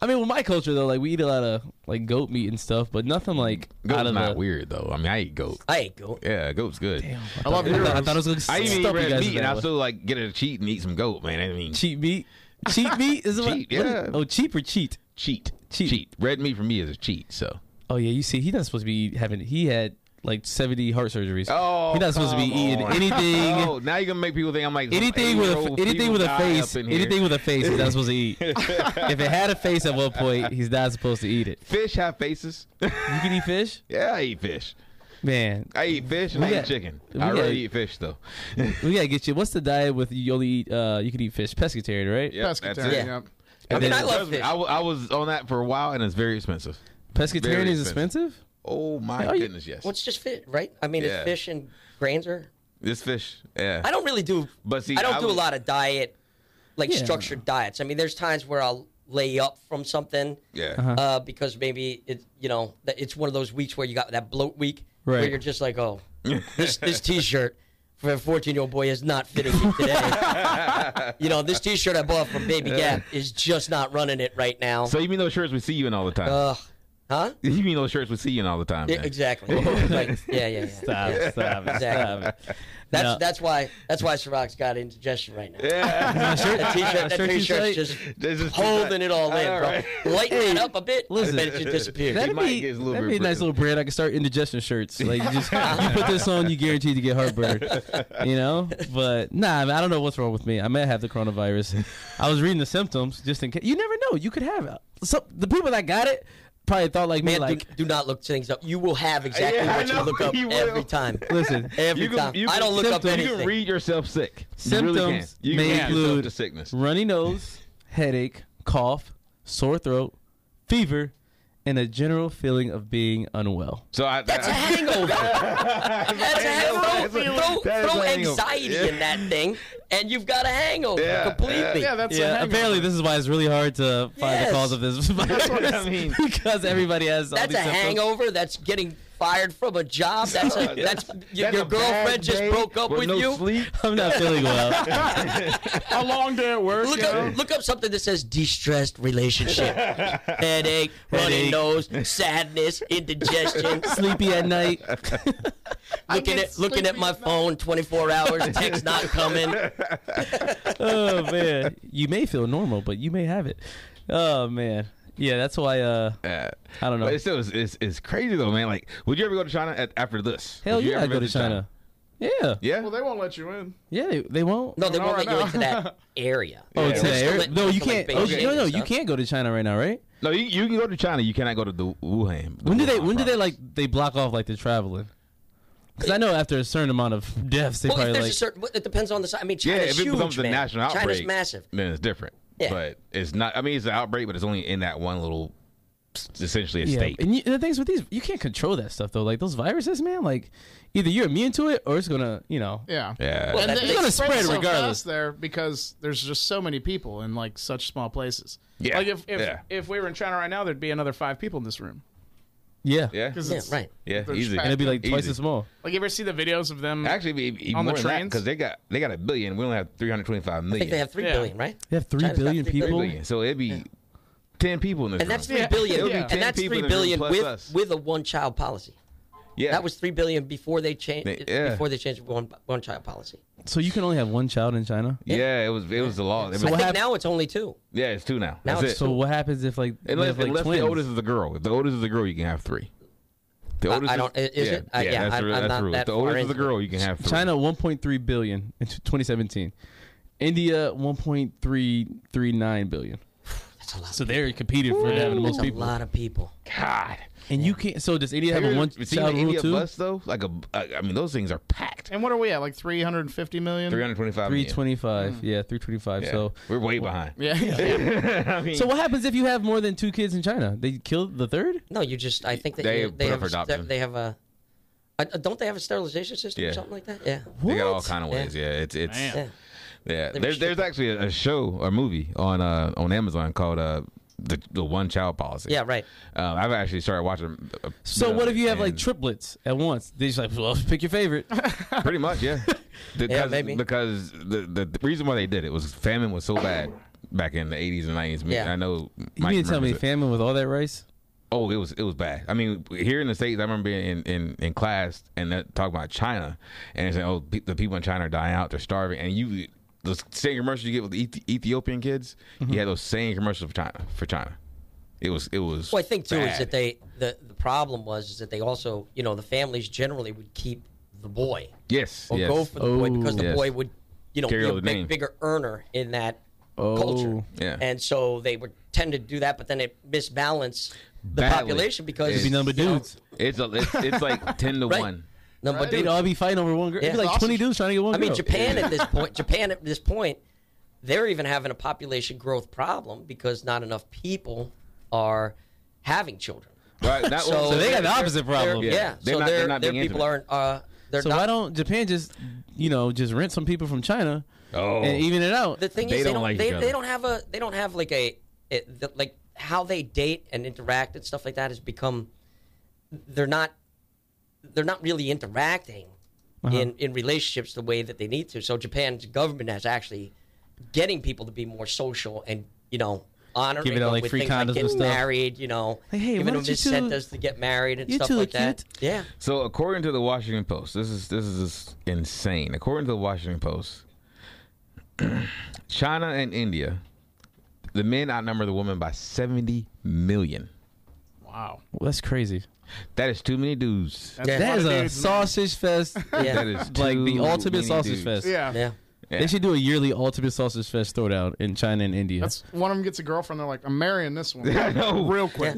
I mean, with my culture though, like we eat a lot of like goat meat and stuff, but nothing like out
Goat's
of
not
the.
weird though. I mean, I eat goat.
I ate goat.
Yeah, goat's good.
I love
I
yours.
thought- I thought it was gonna
I even eat
stuff you
red
guys
meat,
with
and I
that
still like get a cheat and eat some goat, man. I mean,
one. cheat meat. Cheat meat is what?
Cheat,
what is-
yeah.
oh, cheap or cheat?
cheat,
Cheat.
cheat. Red meat for me is a cheat. So
Oh yeah, you see, he's not supposed to be having. He had like seventy heart surgeries.
Oh,
he's not supposed to be
come
eating
on.
anything.
oh, now you're gonna make people think I'm like some
Anything with a,
eight-year-old
anything with a
guy
face,
up in here.
anything with a face, he's not supposed to eat. if it had a face at one point, he's not supposed to eat it.
Fish have faces.
You can eat fish,
yeah, I eat fish.
man.
I eat fish and
We
I
got-
eat chicken.
we
I
got-
really eat fish though.
We gotta get you. What's the diet with you only eat? Uh, you can eat fish, pescatarian, right?
Yep, that's it.
pescatarian.
Yeah.
Yep.
I mean,
then-
I love
Trust me,
fish.
I wa- I was on that for a while and it's very expensive.
Pescatarian
Very
is expensive.
Oh my
Are you-
goodness, yes.
Well, it's just fish, right? I mean,
Yeah.
it's fish and grains are.
this fish, yeah.
I don't really do.
But see,
I don't
I
do
was-
a lot of diet, like
Yeah.
structured diets. I mean, there's times where I'll lay up from something.
Yeah.
uh
Uh-huh.
because maybe it, you know, that it's one of those weeks where you got that bloat week, where
Right.
you're just like, oh, this this t-shirt for a 14 year old boy is not fitting me today. you know, this t shirt I bought from Baby Gap is just not running it right now.
So you mean those shirts we see you in all the time?
Ugh. huh?
you mean those shirts we see you in all the time?
Uh, Yeah,
man.
exactly. Like, yeah, yeah, yeah.
Stop,
Yeah.
stop, it,
Exactly.
stop. it.
That's
No.
that's why that's why Sirac's got indigestion right now.
Yeah.
That t-shirt, that
Sure, she's
t-shirt's
right.
just
This is-
holding it all in,
All
bro.
right.
Lighten it up a bit.
Listen.
Listen, then it just disappears.
That-
That'd
might
be,
get a little bit
that'd be a nice
brittle.
little brand. I could start indigestion shirts. Like you just you put this on, you guaranteed to get heartburn. You know, but nah, I, mean, I don't know what's wrong with me. I may have the coronavirus. I was reading the symptoms just in case. You never know. You could have it. So the people that got it probably thought like me.
Man,
like,
do, do not look things up. You will have exactly
Yeah, I
what you
know
look up
he will.
every time.
listen,
Every
You can-
time.
you
I
can-
don't look up
symptoms-
you
anything.
can read yourself sick. you really can.
Symptoms
You can
may
read yourself
include-
to sickness.
runny nose, headache, cough, sore throat, fever, and a general feeling of being unwell.
So I,
That's a
I-
hangover. That's a hangover.
That's a-
Throw,
that is
throw
a hangover.
anxiety
Yeah.
in that thing, and you've got a hangover
Yeah,
completely.
Yeah, that's a
Yeah,
hangover.
apparently this is why it's really hard to find
Yes.
the cause of this virus.
That's what I mean.
because everybody has all
That's
these
a
symptoms.
hangover. That's getting fired from a job. That's a, that's, your,
That's
your
a bad
girlfriend just
day
broke up with
no
you.
Sleep.
I'm not feeling well.
a long day at work.
Look
you know?
up, look up something that says de-stressed relationship. Headache, runny
Headache.
nose, sadness, indigestion.
Sleepy at night.
looking
get
at looking at
sleepy
my
at night.
phone 24 hours. Text not coming.
Oh man, you may feel normal, but you may have it. Oh man, yeah, that's why. Uh,
Yeah.
I don't know.
But it's still it's, it's, it's crazy though, man. Like, would you ever go to China at, after this?
Hell
Would you
yeah,
ever
I go to
visit
China. Yeah,
Yeah.
Well, they won't let you in.
yeah, they, they won't.
No, they
No,
won't
right
let you
now.
into that area.
yeah,
oh,
we're
to the
still
air-
in-
no,
we're
you
still in
can't. Oh,
Beijing
no, no,
and
you
stuff.
can't go to China right now, right?
no, you, you can go to China. You cannot go to the Wuhan.
When do they?
Wuhan
When do they
province.
like they block off like they're traveling? Because I know after a certain amount of deaths, they
Well, if
probably
there's
like.
a certain, it depends on the size. I mean,
Yeah,
China's
if it
huge,
becomes
man.
a national outbreak,
China's massive.
Then it's different.
Yeah.
But it's not. I mean, it's an outbreak, but it's only in that one little, essentially a
Yeah,
state.
and you, the things with these, you can't control that stuff though. Like those viruses, man. Like either you're immune to it, or it's gonna, you know,
Yeah.
Yeah.
Well,
And
That-
they-
it's
they
gonna spread
so
regardless.
fast there because there's just so many people in like such small places.
Yeah.
Like if if,
Yeah.
if we were in China right now, there'd be another five people in this room.
yeah,
yeah.
Because
Yeah,
it's
right.
Yeah,
they're
easy.
just
and it'd be like twice
Easy.
as small.
Like you ever see the videos of them?
Actually, it'd be, it'd be
On the
more than that
trains?
because they got they got a billion. We only have three hundred twenty five
I think
million.
they have three
Yeah.
billion, right?
They have three
China's got
billion
three
people.
Billion. So it'd be ten people in this
And that's
room.
three billion,
It'll be
Yeah.
ten
and that's
people
three
in the room
billion
plus
with
us.
with a one-child policy.
yeah.
That was three billion before they changed
They- yeah.
before they changed one one-child policy.
So you can only have one child in China.
yeah. It was it was the law. It
So
was-
I
What
think
hap-
now it's only two.
yeah, it's two now.
Now
That's
it's
it.
So what happens if like they
Unless,
have, like
unless
twins?
the oldest is a girl. If the oldest is a girl, you can have three. The
I-
oldest
I don't-
Is,
is
yeah,
it? I-
yeah,
yeah,
that's
I'm-
the,
I'm
that's
not
the rule.
that
If the
far
oldest is a
into it.
girl, you can have three.
China 1.3 billion in 2017. India 1.339 billion.
That's a lot.
So they're competing for having the
That's
most
a
people.
lot of people.
God.
And you can't. So does India have
Have
a
you
one
ever seen
child
an
rule
India
too?
bus though? Like a, I I mean, those things are packed.
and what are we at? Like 350 million.
Three hundred twenty-five.
325.
Mm.
Yeah, 325. So.
we're way behind.
Yeah. yeah.
I mean,
So what happens if you have more than two kids in China? They kill the third?
No, you just. I think that
They
you, they
put up
have
for
a, ster-
adoption.
they have a. I- don't they have a sterilization system or
Yeah.
something like that? Yeah.
they got all
What?
kind of ways. Yeah, it's it's
Man.
Yeah.
yeah.
They're
There's there's actually a, a show or movie on uh on Amazon called uh the the one child policy.
Yeah, right.
Um, I've actually started watching. uh,
So what if you have like
and-
triplets at once? They just like, well, pick your favorite.
Pretty much, yeah. Because,
maybe.
Because the, the the reason why they did it was famine was so bad back in the 80s and 90s. Me-
Yeah.
I know.
You
Mike
mean to tell me
remembers it.
famine with all that rice?
Oh, it was it was bad. I mean, here in the states, I remember being in in, in class and that, talking about China and saying, "Oh, pe- the people in China are dying out; they're starving." And you, the same commercials you get with the Eth- Ethiopian kids, you had those same commercials for China. For China, it was it was.
Well, I think too is
bad.
that they the the problem was is that they also you know the families generally would keep the boy
yes
or
yes
go for the boy because the
yes.
boy would you know
Carry
be
all
a
the
big,
name.
bigger earner in that
Oh.
culture.
Yeah.
And so they would tend to do that, but then it misbalanced the
Badly.
population because
It'd
Be number
you know,
dudes.
it's a, it's, it's like ten to
Right.
one.
number
Right.
dudes.
They'd all be fighting over one girl. It'd
Yeah.
be like twenty dudes trying to get one
I mean,
girl.
Japan at this point, Japan at this point, they're even having a population growth problem because not enough people are having children.
Right, not-
So-
So they got the opposite
They're-
problem.
Yeah.
yeah,
They're
so
not-
their
they're not
their
being
people aren't.
intimate.
Uh, they're
So
not.
why don't Japan just, you know, just rent some people from China
Oh.
and even it out?
the thing
They
is, they
don't
don't.
like
they,
each
they
other.
don't have a. They don't have like a. It, the, like how they date and interact and stuff like that has become. They're not. They're not really interacting
Uh-huh.
in in relationships the way that they need to. So Japan's government has actually getting people to be more social and you know honoring
Giving out,
them
like,
with
free
things like
condoms and
getting
stuff.
married. You know,
Like, hey, why
giving them
don't you two-
incentives to get married and
you
stuff
two
like
are
that. Yeah,
So according to the Washington Post, this is this is just insane. According to the Washington Post, China and India, the men outnumber the women by seventy million.
Wow.
Well, that's crazy.
That is too many dudes.
That's
Yeah.
a
That
lot
is
of
a
dudes, man.
sausage fest.
yeah,
That is
like the
too
ultimate
many
sausage
dudes.
fest.
Yeah.
yeah.
Yeah.
They should do a yearly ultimate sausage fest throwdown in China and India.
That's one of them gets a girlfriend. They're like, I'm marrying this one.
I know.
Real quick.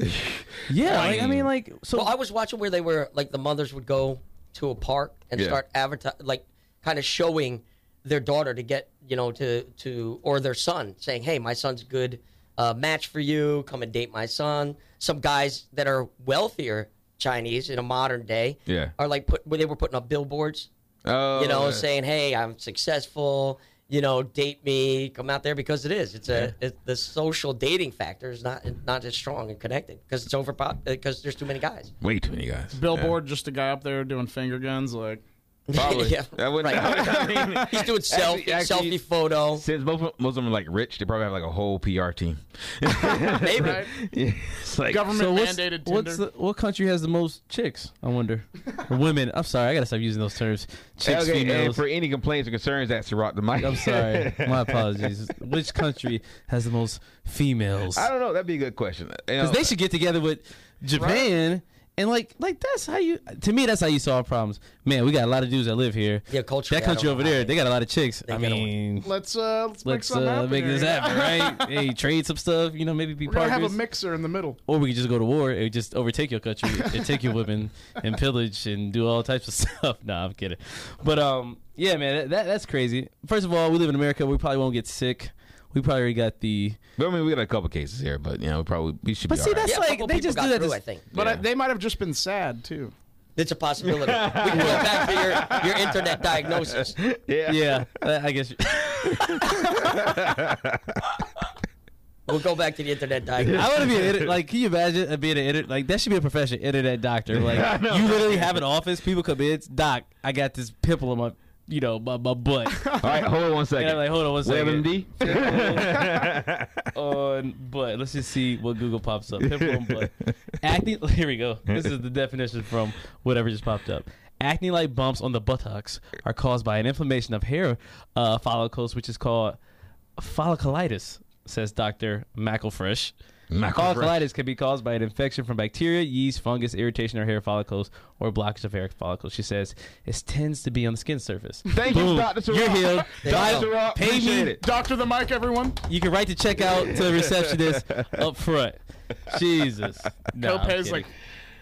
yeah, like, I mean, like so.
Well, I was watching where they were like the mothers would go to a park and
Yeah.
start advertising, like kind of showing their daughter to get you know to to or their son saying, "Hey, my son's a good uh, match for you. Come and date my son." Some guys that are wealthier Chinese in a modern day,
Yeah.
are like put where they were putting up billboards,
Oh,
you know,
yeah.
saying, "Hey, I'm successful." You know, date me, come out there because it is. It's a it, the social dating factor is not not as strong and connected because it's over because there's too many guys.
way too many guys.
Billboard, just a guy up there doing finger guns. Like,
Yeah, probably.
Yeah,
That would
right.
I mean,
He's doing selfie,
Actually- actually-
selfie photo.
since most most of them are like rich, they probably have like a whole PR team.
Maybe.
right?
it's like
Government
so what's,
mandated Tinder.
what's the, what country has the most chicks? I wonder. Or women. I'm sorry. I gotta stop using those terms. Chicks,
okay, and
females.
for any complaints or concerns, that's Sirat the mic.
I'm sorry. My apologies. Which country has the most females?
I don't know. That'd be a good question. You know,
Because they should get together with Japan and like like that's how you to me that's how you solve problems. Man, we got a lot of dudes that live here.
Yeah, culturally,
That
I don't
country
know
over
how
there,
they-
they got a lot of chicks. I
get away.
mean,
Let's uh, let's, make
let's
something
uh,
happen.
make this
here.
happen, right? hey, trade some stuff. You know, maybe be
We're gonna have a
partners.
mixer in the middle.
or we could just go to war and just overtake your country and take your women and pillage and do all types of stuff. nah, I'm kidding. But um, yeah, man, that, that that's crazy. First of all, we live in America. We probably won't get sick. We probably already got the.
But, I mean, we got a couple cases here, but you know, we probably we should
But
be
see,
all right.
that's
Yeah, a
like
couple
they
people
just
got
do that.
through,
to-
I think
But I, they might have just been sad too.
it's a possibility. we can go back to your, your internet diagnosis.
yeah.
yeah, I I guess.
We'll go back to the internet
I
diagnosis.
want to be an edit, like. Can you imagine being an edit? Like that should be a profession, internet doctor. Like you literally have an office. People come in, doc. I got this pimple on my, you know, my, my butt.
All right, hold on one second.
And I'm like, hold on one
Web
second.
MD?
on butt. Let's just see what Google pops up. Pimple on butt. Acne. Here we go. This is the definition from whatever just popped up. Acne-like bumps on the buttocks are caused by an inflammation of hair uh, follicles, which is called folliculitis, says Dr. McElfresh.
Macro fresh.
Folliculitis can be caused by an infection from bacteria, yeast, fungus, irritation of hair follicles, or blockage of hair follicles. She says it tends to be on the skin surface.
Thank you, Dr. Sarah.
You're healed.
There
Doc,
you go.
Sarah,
Pay
appreciate
me.
it.
Doctor the mic, everyone.
You can write the check out to the receptionist up front. Jesus. No, I'm
Copay's
kidding.
like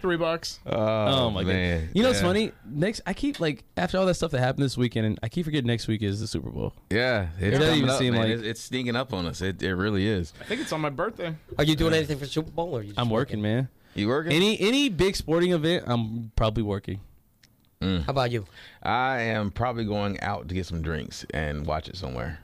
three bucks.
Oh,
oh my
man.
god. You know what's
Yeah.
funny? Next, I keep like after all that stuff that happened this weekend, and I keep forgetting next week is the Super Bowl.
Yeah, it
doesn't
doesn't
even
even up,
seem
seem
like-
like it's, it's sneaking up on us. It, it really is.
I think it's on my birthday.
Are you doing anything for Super Bowl? Or are you just
I'm working, man.
You working?
Any any big sporting event, I'm probably working.
How about you?
I am probably going out to get some drinks and watch it somewhere.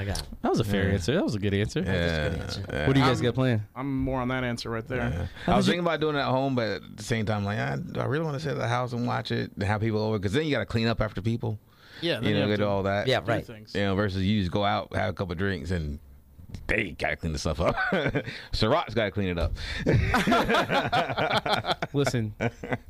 I got.
That was a fair answer. That was a good answer.
Yeah, yeah.
What do you guys
I'm-
got planned?
I'm more on that answer right there.
Uh-huh.
I was thinking about doing it at home, but at the same time, like, I, do I really want to sit at the house and watch it and have people over? Because then you got to clean up after people.
Yeah,
You know, get all that.
Yeah,
right.
right.
things.
You know, versus you just go out, have a couple drinks, and they got to clean the stuff up. Syrah's got to clean it up.
Listen,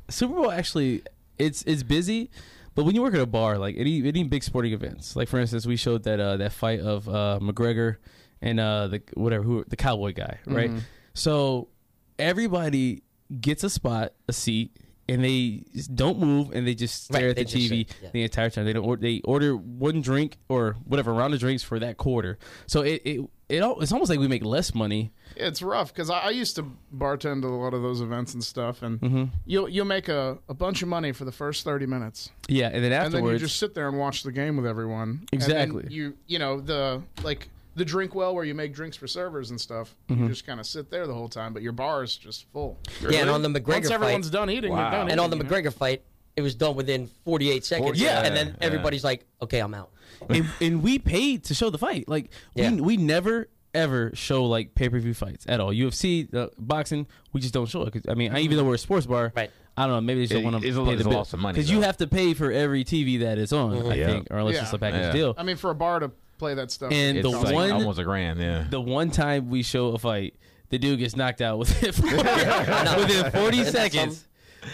Super Bowl actually it's it's busy, but when you work at a bar, like any any big sporting events, like for instance, we showed that uh, that fight of uh, McGregor and uh, the whatever who the cowboy guy, right?
Mm-hmm.
So everybody gets a spot, a seat, and they don't move and they just stare
Right,
at
they
the
just
TV
sit, yeah.
the entire time. They don't order, they order one drink or whatever round of drinks for that quarter. So it it, it all, it's almost like we make less money.
It's rough because I, I used to bartend at a lot of those events and stuff, and
Mm-hmm.
you'll you'll make a, a bunch of money for the first thirty minutes,
Yeah, and then
and
afterwards
then you just sit there and watch the game with everyone. And then
Exactly.
you you know the like the drink well where you make drinks for servers and stuff. You just kind of sit there the whole time, but your bar is just full.
Yeah, and on the McGregor
Once everyone's
fight,
done eating,
Wow.
you're done.
And
and
eating,
on the
you know?
McGregor fight, it was done within 48 seconds.
Yeah.
and then
Yeah.
everybody's like, "Okay, I'm out."
and, and we paid to show the fight. Like
Yeah.
we we never ever show like pay per view fights at all. UFC, uh, boxing, we just don't show it. 'Cause, I mean, I, even though we're a sports bar,
Right.
I don't know. Maybe they just
It-
don't want
it's a
to
lot-
pay
it's
the
a
bill
loss of money,
you
though.
have to pay for every TV that it's on. I
Yeah.
think, or unless
Yeah.
it's a package
Yeah.
deal.
I mean, for a bar to play that stuff.
And
it's
the
It's like
one-
almost a grand. Yeah.
the one time we show a fight, the dude gets knocked out within 40, within 40 seconds.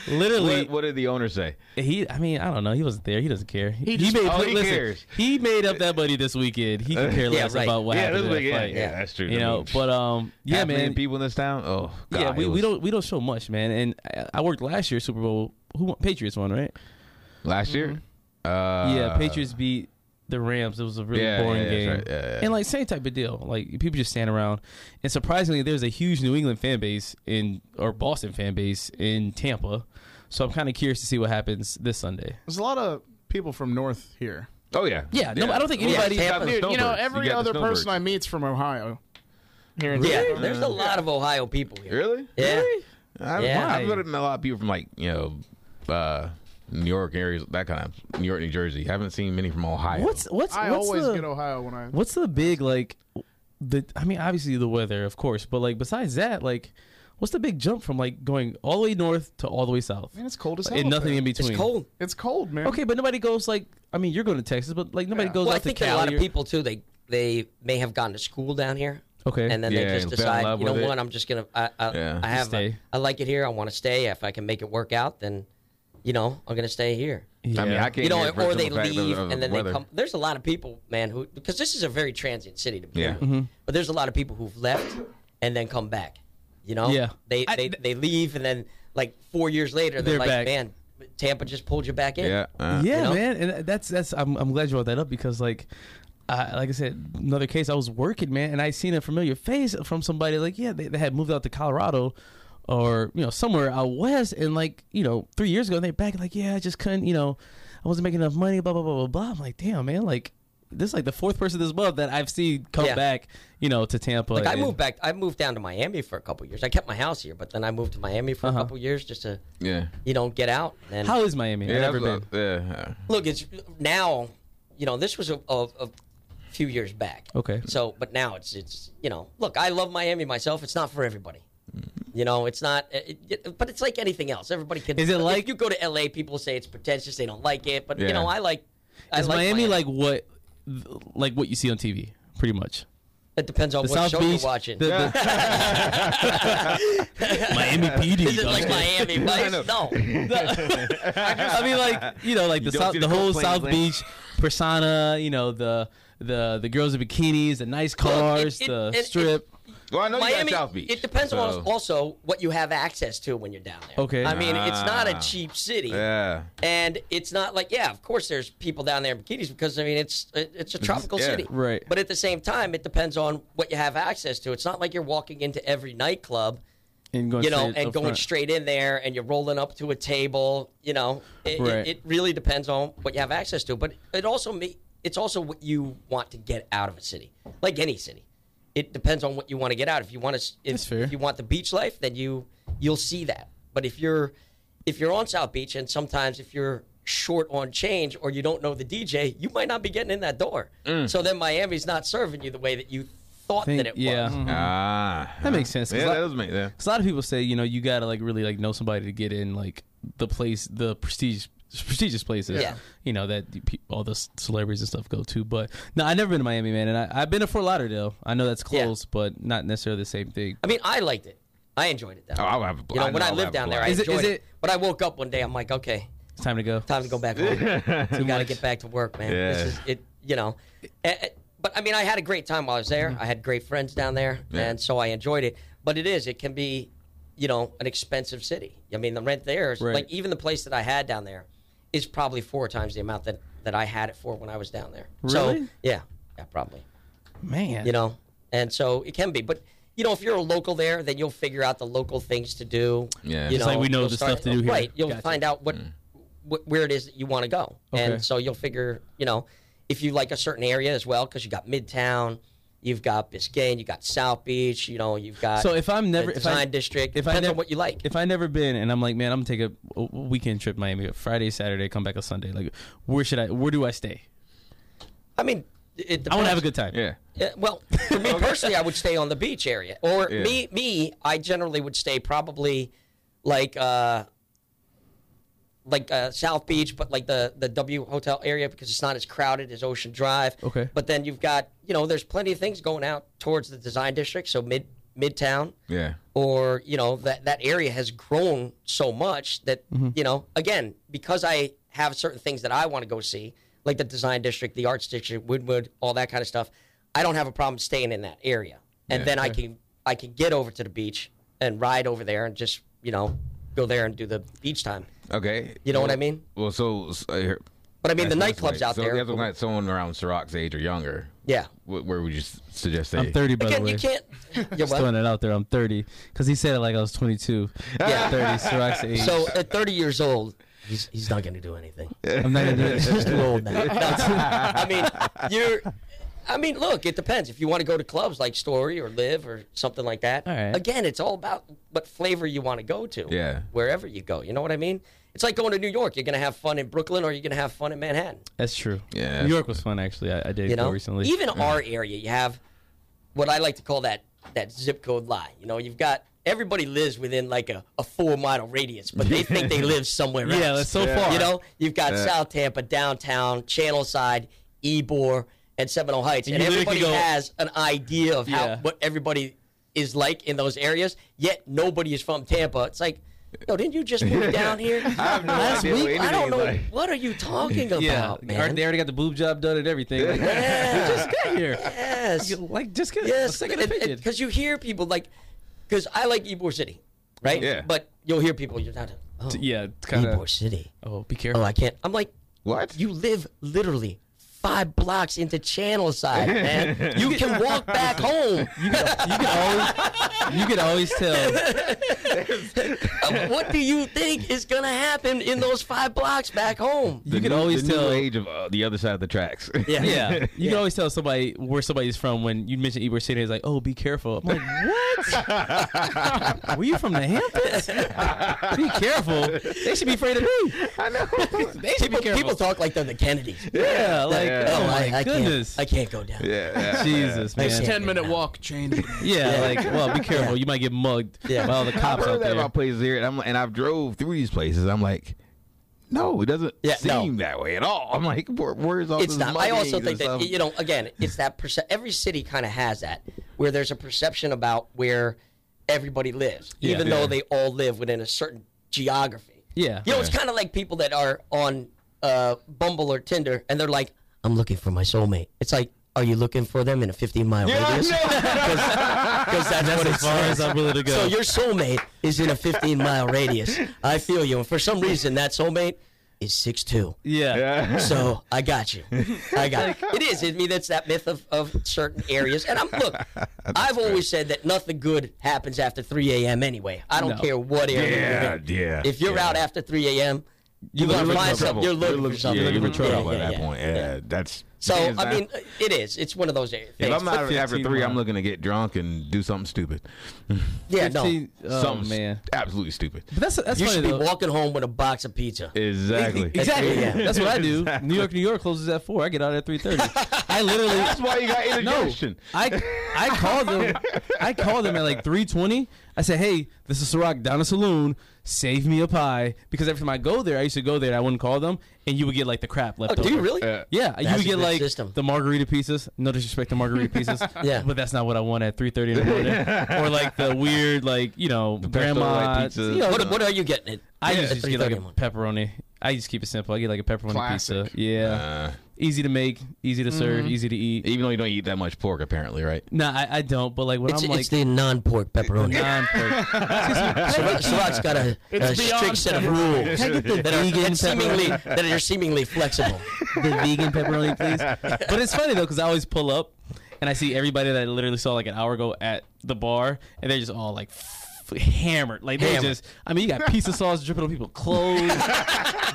Literally,
what, what did the owner say?
he. I mean, I don't know. He wasn't there. He doesn't care. He,
just-
made.
oh, he
listen,
cares.
he made up that money this weekend. He could care
Yeah,
less
right.
about what
yeah,
happened
this
in that
big- yeah,
fight.
yeah, that's true.
You know, but um, yeah,
half million
man.
people in this town. Oh, God,
yeah, we,
it
we
was-
don't we don't show much, man. And I, I worked last year Super Bowl. Who won? Patriots won, right?
Last year. Uh,
Mm-hmm. yeah, Patriots beat the Rams. It was a really
Yeah,
boring
yeah, that's
game.
right. Yeah, yeah.
And like same type of deal. Like people just stand around. And surprisingly, there's a huge New England fan base in or Boston fan base in Tampa. So I'm kind of curious to see what happens this Sunday.
There's a lot of people from North here.
Oh yeah.
Yeah, no, I don't think anybody-
you got the
Dude,
You know,
snowbirds.
every
got the
other person I
snowbirds.
meet's from Ohio. Here in
Yeah,
Tampa.
there's a lot of Ohio people here.
Really?
Yeah.
I,
Yeah.
I've met a lot of people from like you know, uh, New York areas, that kind of New York, New Jersey. haven't seen many from Ohio.
What's what's
I
what's
always
the,
get Ohio when I.
what's the big like the I mean obviously the weather of course, but like besides that like what's the big jump from like going all the way north to all the way south?
Man, it's cold as hell.
and
up
nothing
there.
in between.
It's cold.
It's cold, man.
Okay, but nobody goes like I mean you're going to Texas, but like nobody
Yeah.
goes
Well,
out
I think
to
there
Cali.
are a lot of
or-
people too. They they may have gone to school down here.
Okay.
And then
Yeah,
they just
and fell in
decide,
love
you know
with it.
what? I'm just gonna. I I,
Yeah.
I have.
Stay.
I like it here. I want to stay. If I can make it work out, then, you know, I'm gonna stay here.
yeah.
I mean, I can't.
you know,
hear
or they
from the fact
leave
of- of
and then
weather.
they come. There's a lot of people, man, who because this is a very transient city to begin
Yeah.
with.
Mm-hmm.
But there's a lot of people who've left and then come back. You know,
Yeah.
they
I-
they, they leave and then like four years later
They're
they're, like,
back.
man, Tampa just pulled you back in.
Yeah. uh,
yeah,
you know?
man, and that's that's. I'm, I'm glad you brought that up because like, I, like I said, another case. I was working, man, and I seen a familiar face from somebody. Like, yeah, they, they had moved out to Colorado, or you know somewhere out west, and like you know three years ago, and they're back. Like, yeah, I just couldn't, you know, I wasn't making enough money. Blah blah blah blah blah. I'm like, damn, man, like. This is like the fourth person this month that I've seen come
Yeah.
back, you know, to Tampa.
Like I
and-
moved back. I moved down to Miami for a couple years. I kept my house here, but then I moved to Miami for a couple years just to,
Yeah.
you know, get out. And
Uh-huh. How is Miami?
Yeah,
I've never been.
that's a- yeah.
look, it's now, you know, this was a, a, a few years back.
Okay.
So, but now it's it's you know, look, I love Miami myself. It's not for everybody. You know, it's not, it, it- but it's like anything else. Everybody can.
Mm-hmm. Is it
if
like-
you go to L.A.? People say it's pretentious. They don't like it, but you
Yeah.
know, I like. I
Is
like
Miami, like what, like what you see on TV, pretty much.
It depends on
The
what
South
show
Beach,
you're watching.
the- Miami PD.
Is it like
dog.
Miami? Vice? no.
I mean, like you know, like the
don't
South,
see
the
the
whole
cold
South
planes, man.
Beach persona. You know the the the girls in bikinis, the nice cars,
it-
the
it- it-
strip.
Well, I know you
Miami.
got South Beach.
It depends
so-
on also what you have access to when you're down there.
Okay.
I mean, it's not a
Ah.
cheap city.
Yeah.
And it's not like, yeah, of course there's people down there in bikinis because I mean it's it- it's a tropical
yeah,
city,
right.
But at the same time, it depends on what you have access to. It's not like you're walking into every nightclub,
And going
you know,
straight
and
up
going
front.
straight in there and you're rolling up to a table. You know, it,
Right.
it, it really depends on what you have access to. But it also me, it's also what you want to get out of a city, like any city. It depends on what you want to get out. If you want to, if,
That's fair.
if you want the beach life, then you you'll see that. But if you're if you're on South Beach and sometimes if you're short on change or you don't know the DJ, you might not be getting in that door. So then Miami's not serving you the way that you thought
Mm. Think-
that it
yeah. Mm-hmm.
was.
Ah.
That makes sense, 'cause
Yeah,
I-
that does make that.
'Cause a lot of people say, you know, you gotta like really like know somebody to get in like the place, the prestige. Prestigious places,
Yeah.
you know that the pe- all the c- celebrities and stuff go to. But no, I've never been to Miami, man, and I, I've been to Fort Lauderdale. I know that's
Yeah.
close, but not necessarily the same thing.
I mean, I liked it. I enjoyed it down
Oh,
there.
I would have a bl-
You know,
I
when
know
I
I would
lived
have
down
a
there, I
blast.
Is it-
enjoyed
is
it,
it-
But I woke up one day, I'm like, okay,
It's time to go.
time to go back home. we got to get back to work, man.
Yeah.
This is it. You know, Eh, eh, but I mean, I had a great time while I was
Mm-hmm.
there. I had great friends down there, and so I enjoyed it. But it is, it can be, you know, an expensive city. I mean, the rent there is
Right.
like even the place that I had down there is probably four times the amount that that I had it for when I was down there. So
Really?
yeah, yeah, probably
man.
you know and so it can be but you know if you're a local there then you'll figure out the local things to do
Yeah.
you
Just
know
like we know
you'll
the stuff to do here.
right you'll
Gotcha. Mm.
find out what, wh- where it is that you want to go
Okay.
and so you'll figure you know if you like a certain area as well because you got midtown you've got biscayne you got south beach you know you've got
So if I'm never
the
if I-
design district
if I
depends
never-
on what you like
if I never been and I'm like, man, I'm gonna take a, a weekend trip to Miami, Friday, Saturday, come back on Sunday. Like, where should I? Where do I stay?
i mean it depends.
I want to have a good time.
Yeah.
Yeah, well, for me personally, I would stay on the beach area. Or
Yeah.
me, me, I generally would stay probably like uh, like uh, South Beach, but like the the W Hotel area because it's not as crowded as Ocean Drive.
Okay.
But then you've got you know there's plenty of things going out towards the Design District, so mid Midtown.
Yeah.
Or you know that that area has grown so much that you know again because I have certain things that I want to go see, like the Design District, the Arts District, Woodwood, all that kind of stuff. I don't have a problem staying in that area, and
Yeah.
then I can I can get over to the beach and ride over there and just you know go there and do the beach time.
Okay.
You know what I mean?
Well, so, so uh, here-
But I mean, the
that's
nightclubs
like-
out
so
there.
That's like someone around Sirach's age or younger.
yeah.
Wh- Where would you s- suggest they?
I'm 30, by the
Again,
way.
you can't. Yeah, what?
Throwing it out there, I'm 30. Because he said it like I was 22.
Yeah.
30, Sirach's age.
So at 30 years old, he's he's not going to do anything.
I'm not going to do it.
He's too old now. No, I mean, you're. I mean, look, it depends. If you want to go to clubs like Story or Live or something like that,
All right.
again, it's all about what flavor you want to go to.
Yeah.
Wherever you go, you know what I mean? It's like going to New York. You're going to have fun in Brooklyn or you're going to have fun in Manhattan.
That's true.
Yeah.
New York was fun, actually. I, I did
you know
go recently. Mm.
even our area you have what i like to call that that zip code lie you know you've got everybody lives within like a, a four mile radius but they think they live somewhere
Yeah,
else
that's so Yeah. far.
you know you've got
Yeah.
south tampa downtown channel side ebor and seminole heights
And
and
you literally
everybody
could go-
has an idea of how
Yeah.
what everybody is like in those areas yet nobody is from tampa it's like Yo, didn't you just move down here
have no
last
idea what
week? I don't
anything's
know.
like.
What are you talking about,
yeah.
man?
Already- They already got the boob job done and everything. Like,
Yeah.
you just got here.
yes.
You, like, just get a
Yes,
second opinion.
because you hear people like, because I like Ybor City, right?
Yeah.
But you'll hear people, you're not, oh,
yeah, kind
Ybor
of.
City.
Oh, be
Oh,
careful.
I can't. I'm like,
What?
you live literally five blocks into Channel Side, man. you can walk back home.
you could always, you could always tell.
Uh, what do you think is gonna happen in those five blocks back home?
You could
new-
always
the new
tell.
age of uh, the other side of the tracks.
Yeah.
Yeah, you
Yeah.
can always tell somebody where somebody's from when you mention Ybor City. It's like, oh, be careful. I'm like, what? Were you from the Hamptons? be careful. They should be afraid of me. I know. they should be
People,
careful.
people talk like they're the Kennedys.
yeah, like,
Yeah.
oh
No,
my
I, I
goodness.
can't. I can't go down.
yeah.
Jesus, man.
Nice
Yeah,
hit.
10 minute walk changed me.
like, well, be careful. You might get mugged
Yeah.
by all the
I've
cops
heard
out
that
there.
about places here, and I'm and I've drove through these places. I'm like, no, it doesn't
Yeah, no.
seem that way at all. I'm like, where, where's all
it's
this
not. I also
muggings
think
and
that
stuff?
you know, again, it's that perce- every city kind of has that where there's a perception about where everybody lives, even
Yeah.
though they all live within a certain geography.
Yeah.
you know, it's kind of like people that are on uh, Bumble or Tinder and they're like, "I'm looking for my soulmate." It's like, are you looking for them in a 15 mile radius? Because that's, what
as
it's.
far as I'm willing to go.
So your soulmate is in a 15 mile radius. I feel you, and for some reason, that soulmate is six two.
yeah.
Yeah.
So I got you. I got you. It is. I mean, that's that myth of, of certain areas. And I'm look. I've always said that nothing good happens after 3 a.m. Anyway. I don't
No.
care what area
Yeah,
you're in.
yeah,
If you're
yeah.
out after 3 a.m., you
You're
gotta
looking
find
for trouble.
something. You're looking for something.
Yeah, you're looking for
Yeah,
trouble at
yeah,
that
yeah.
point. Yeah, that's.
So
it's
I
not-
mean, it is. It's one of those areas.
if I'm out
15
after three, I'm
miles.
looking to get drunk and do something stupid.
yeah, no.
See, oh,
something
man.
absolutely stupid.
But that's that's
You
funny
should be
though.
walking home with a box of pizza.
Exactly.
Exactly.
Yeah.
That's what I do. New York, New York closes at four. I get out at three thirty. I literally.
That's why you got
No,
indigestion.
I I called them. I called them at like three twenty. I said, "Hey, this is Ciroc down a saloon. Save me a pie." Because every time I go there, I used to go there. and I wouldn't call them, and you would get like the crap left
Oh,
over.
do you really?
Yeah.
Yeah, you
That's
would
a
get
good
like
system.
the margarita pieces. No disrespect to margarita pieces.
Yeah.
but that's not what I want at three thirty in the morning. or like the weird, like you know,
pesto-like
grandma.
pizza.
You know,
What, what are you getting? It.
I
Yeah,
usually just get like a
3:31.
pepperoni. I just keep it simple. I get like a pepperoni
Classic.
pizza. Yeah,
Uh,
easy to make, easy to serve, easy to eat.
even though you don't eat that much pork, apparently, right?
No, I, I don't. But like when
It's,
I'm like,
it's the non-pork pepperoni.
non-pork.
Sir- Sirach's got a, a
It's beyond
strict set of
pepperoni.
rules
Can I get the
that are,
vegan
that seemingly, that are seemingly flexible.
the vegan pepperoni, please. But it's funny though, because I always pull up and I see everybody that I literally saw like an hour ago at the bar, and they're just all like f- hammered. Like they
Hammered.
just, I mean, you got pizza sauce dripping on people's clothes,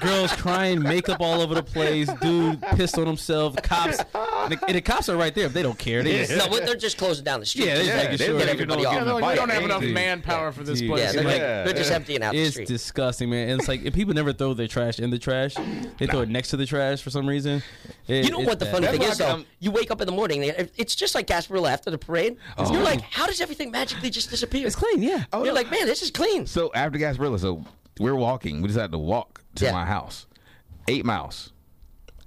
girls crying, makeup all over the place, dude pissed on himself, cops, and the, and the cops are right there. If they don't care, they just
No, what- they're just closing down the street.
Yeah, they
Just
just
like-
making
they
sure
don't
get
even know
everybody
what's
off.
Yeah, they're
going
like, we
on.
don't have enough
Anything.
manpower for this
Yeah,
place.
yeah, they're, like,
Yeah.
they're just emptying out the
It's
street.
disgusting, man. And it's like if people never throw their trash in the trash, they throw it next to the trash for some reason. It-
you know
it's
what the
bad.
funny
That's
thing
why
is,
I
though?
come-
You wake up in the morning, and it's just like Gasparilla after the parade. You're like, how does everything magically just disappear?
It's clean, Oh, yeah.
You're like, man, this is clean.
So after Gasparilla, so We're walking. We decided to walk to
Yeah.
my house. Eight miles.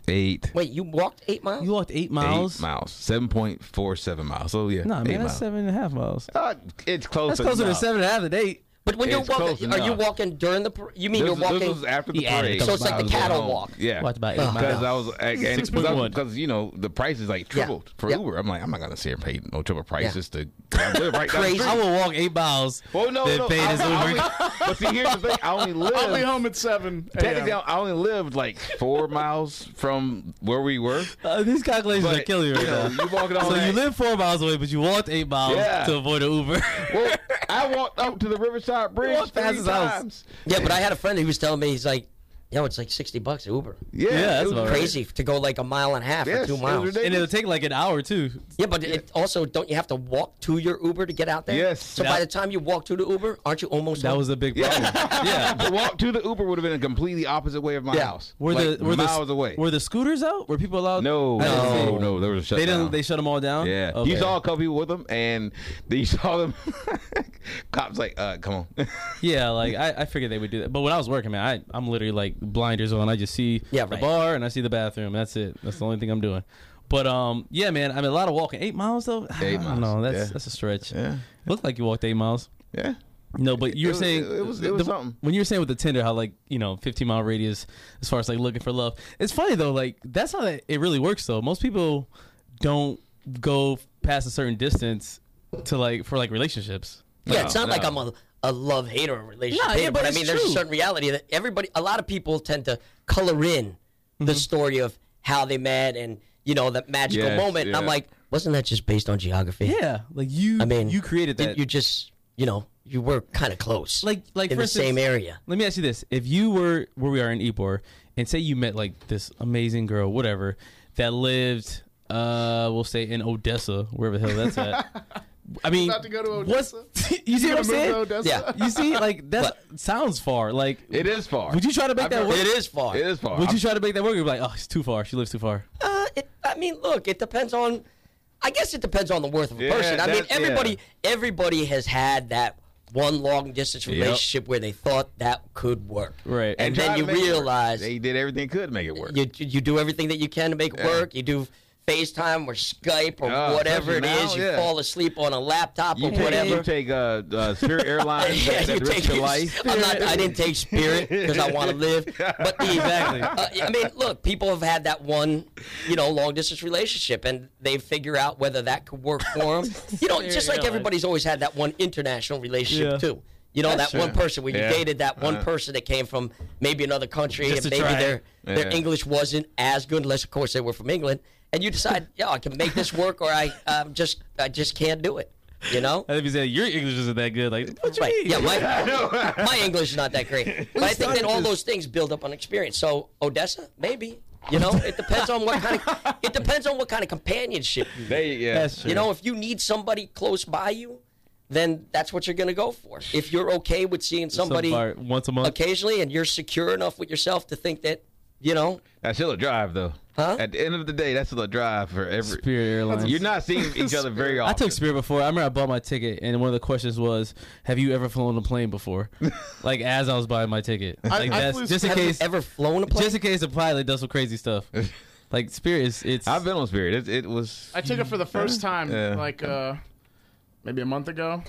Eight.
Wait, you walked eight miles?
You walked eight
eight
miles.
miles. Seven point four seven miles. So yeah.
No,
eight
man, that's
miles.
seven and a half miles.
Uh, it's close.
That's closer to
enough.
seven and a half than eight.
but when you're
It's close
walking, are you
enough.
walking during the? par- You mean
This,
you're
was-
walking?
this was after the
He added
parade.
a couple
So it's like the
I was going
cattle
home.
walk.
Yeah.
Walked about eight
Ugh.
miles.
Because I was and
6.1.
because you know the price is like
Yeah.
tripled for
Yeah.
Uber. I'm like I'm not gonna sit here and pay no triple prices to I live right down the
Crazy.
street.
I will walk eight miles.
Well, no,
then
no.
paid
I-
his
I
Uber.
only- but see, here's the thing. I only lived.
I'll be home at seven.
Technically,
a.m.
I only lived like four miles from where we were.
Uh, these calculations are
But,
killing you right
you know,
now.
you walking all
so you
that-
live four miles away, but you walked eight miles
Yeah.
to avoid an Uber.
Well, I walked up to the Riverside Bridge
walked past
three
his house.
times.
yeah, but I had a friend who was telling me he's like, yo, it's like sixty bucks Uber.
Yeah,
Yeah, that's
it was
about right.
Crazy to go like a mile and a half
Yes,
or two
it was
miles.
ridiculous.
and it'll take like an hour too.
Yeah, but it also don't you have to walk to your Uber to get out there?
Yes.
So
That-
by the time you walk to the Uber, aren't you almost?
That
home?
was a big problem. yeah.
The walk to the Uber would have been a completely opposite way of my house.
Were
like,
the were
miles
the,
away?
Were the scooters out? Were people allowed?
no,
I didn't see.
no, no. There was a shutdown.
They didn't. They shut them all down.
Yeah,
Okay.
you saw a couple people with them, and then you saw them. Cops like, uh, come on.
Yeah, like I, I figured they would do that. But when I was working, man, I, I'm literally like blinders on. I just see
Yeah,
the
right.
bar and I see the bathroom. That's it. That's the only thing I'm doing. But um, yeah, man, I mean a lot of walking. Eight miles though.
Eight
I
miles,
don't know. That's
yeah.
that's a stretch.
Yeah.
Looked like you walked eight miles.
yeah,
No, but
It
you were
was-
saying
it was- it was
the-
something.
when you were saying with the Tinder how like you know 15 mile radius as far as like looking for love. It's funny though, like that's how that, it really works though. Most people don't go past a certain distance to like for like relationships.
Yeah, it's
No,
not like
no.
I'm a, a love hater relationship.
No, yeah,
hater,
but
but, I
it's
mean, there's a
true.
certain reality that everybody, a lot of people tend to color in
Mm-hmm.
the story of how they met and you know that magical
Yes,
moment. And I'm
yeah.
like, wasn't that just based on geography?
Yeah, like you.
I mean,
you created
you-
that.
You just, you know, you were kind of close.
like like
in
for
the
instance,
same area.
Let me ask you this: If you were where we are in Ybor, and say you met like this amazing girl, whatever, that lived, uh, we'll say in Odessa, wherever the hell that's at. I mean,
About to go to
what's-
Odessa?
you see
You
what I'm
gonna move to
saying?
Odessa?
Yeah.
You see, like that sounds far. Like,
it is far.
would you try to make
I've
that
never-
work?
it is far.
It is far.
Would
I'm-
you try to make that work? You're like, oh, it's too far. She lives too far.
Uh, it, I mean, look, it depends on. I guess it depends on the worth of a
Yeah,
person. I mean,
that's-
everybody,
yeah.
everybody has had that one long distance relationship where they thought that could work,
Right.
And,
And
try
then
to
you
make it work.
realize
they did everything they could to make it work.
you you do everything that you can to make it work. You do FaceTime or Skype or
Oh,
whatever it is.
especially now,
You
yeah.
fall asleep on a laptop
You
or
take,
whatever.
You take uh, uh, Spirit Airlines.
yeah,
that, that
you
risk
take
your life.
I'm not, I didn't take Spirit because I want to live. But the,
Exactly.
uh, I mean, look, people have had that one, you know, long distance relationship, and they figure out whether that could work for them. You know, just like
Airlines.
everybody's always had that one international relationship
Yeah.
too. You know, that one person where you
Yeah. Uh-huh.
dated that one person that came from maybe another country,
Just
and
to
maybe
try.
their their
Yeah.
English wasn't as good, unless of course they were from England. And you decide, yeah, I can make this work, or I um, just I just can't do it. You know,
And if you say your English isn't that good, like, what you
Right.
mean?
Yeah, my, my English is not that great. But I think that all those things build up on experience. So Odessa, maybe. You know, it depends on what kind of it depends on what kind of companionship you need.
They, yeah.
That's true.
You know, if you need somebody close by you, then that's what you're gonna go for. If you're okay with seeing somebody
far, once a month.
occasionally and you're secure enough with yourself to think that, you know,
That's still a drive, though.
Huh?
At the end of the day, that's still a drive for every.
Spirit Airlines.
You're not seeing each other very
I
often.
took Spirit before. I remember I bought my ticket, and one of the questions was, "Have you ever flown a plane before?" like as I was buying my ticket, like
I
that's
flew-
just in
have you
case,
ever flown a plane?
just in case the pilot does some crazy stuff. like Spirit is, it's
I've been on Spirit. It, it was.
I took it for the first time,
Yeah.
like uh, maybe a month ago,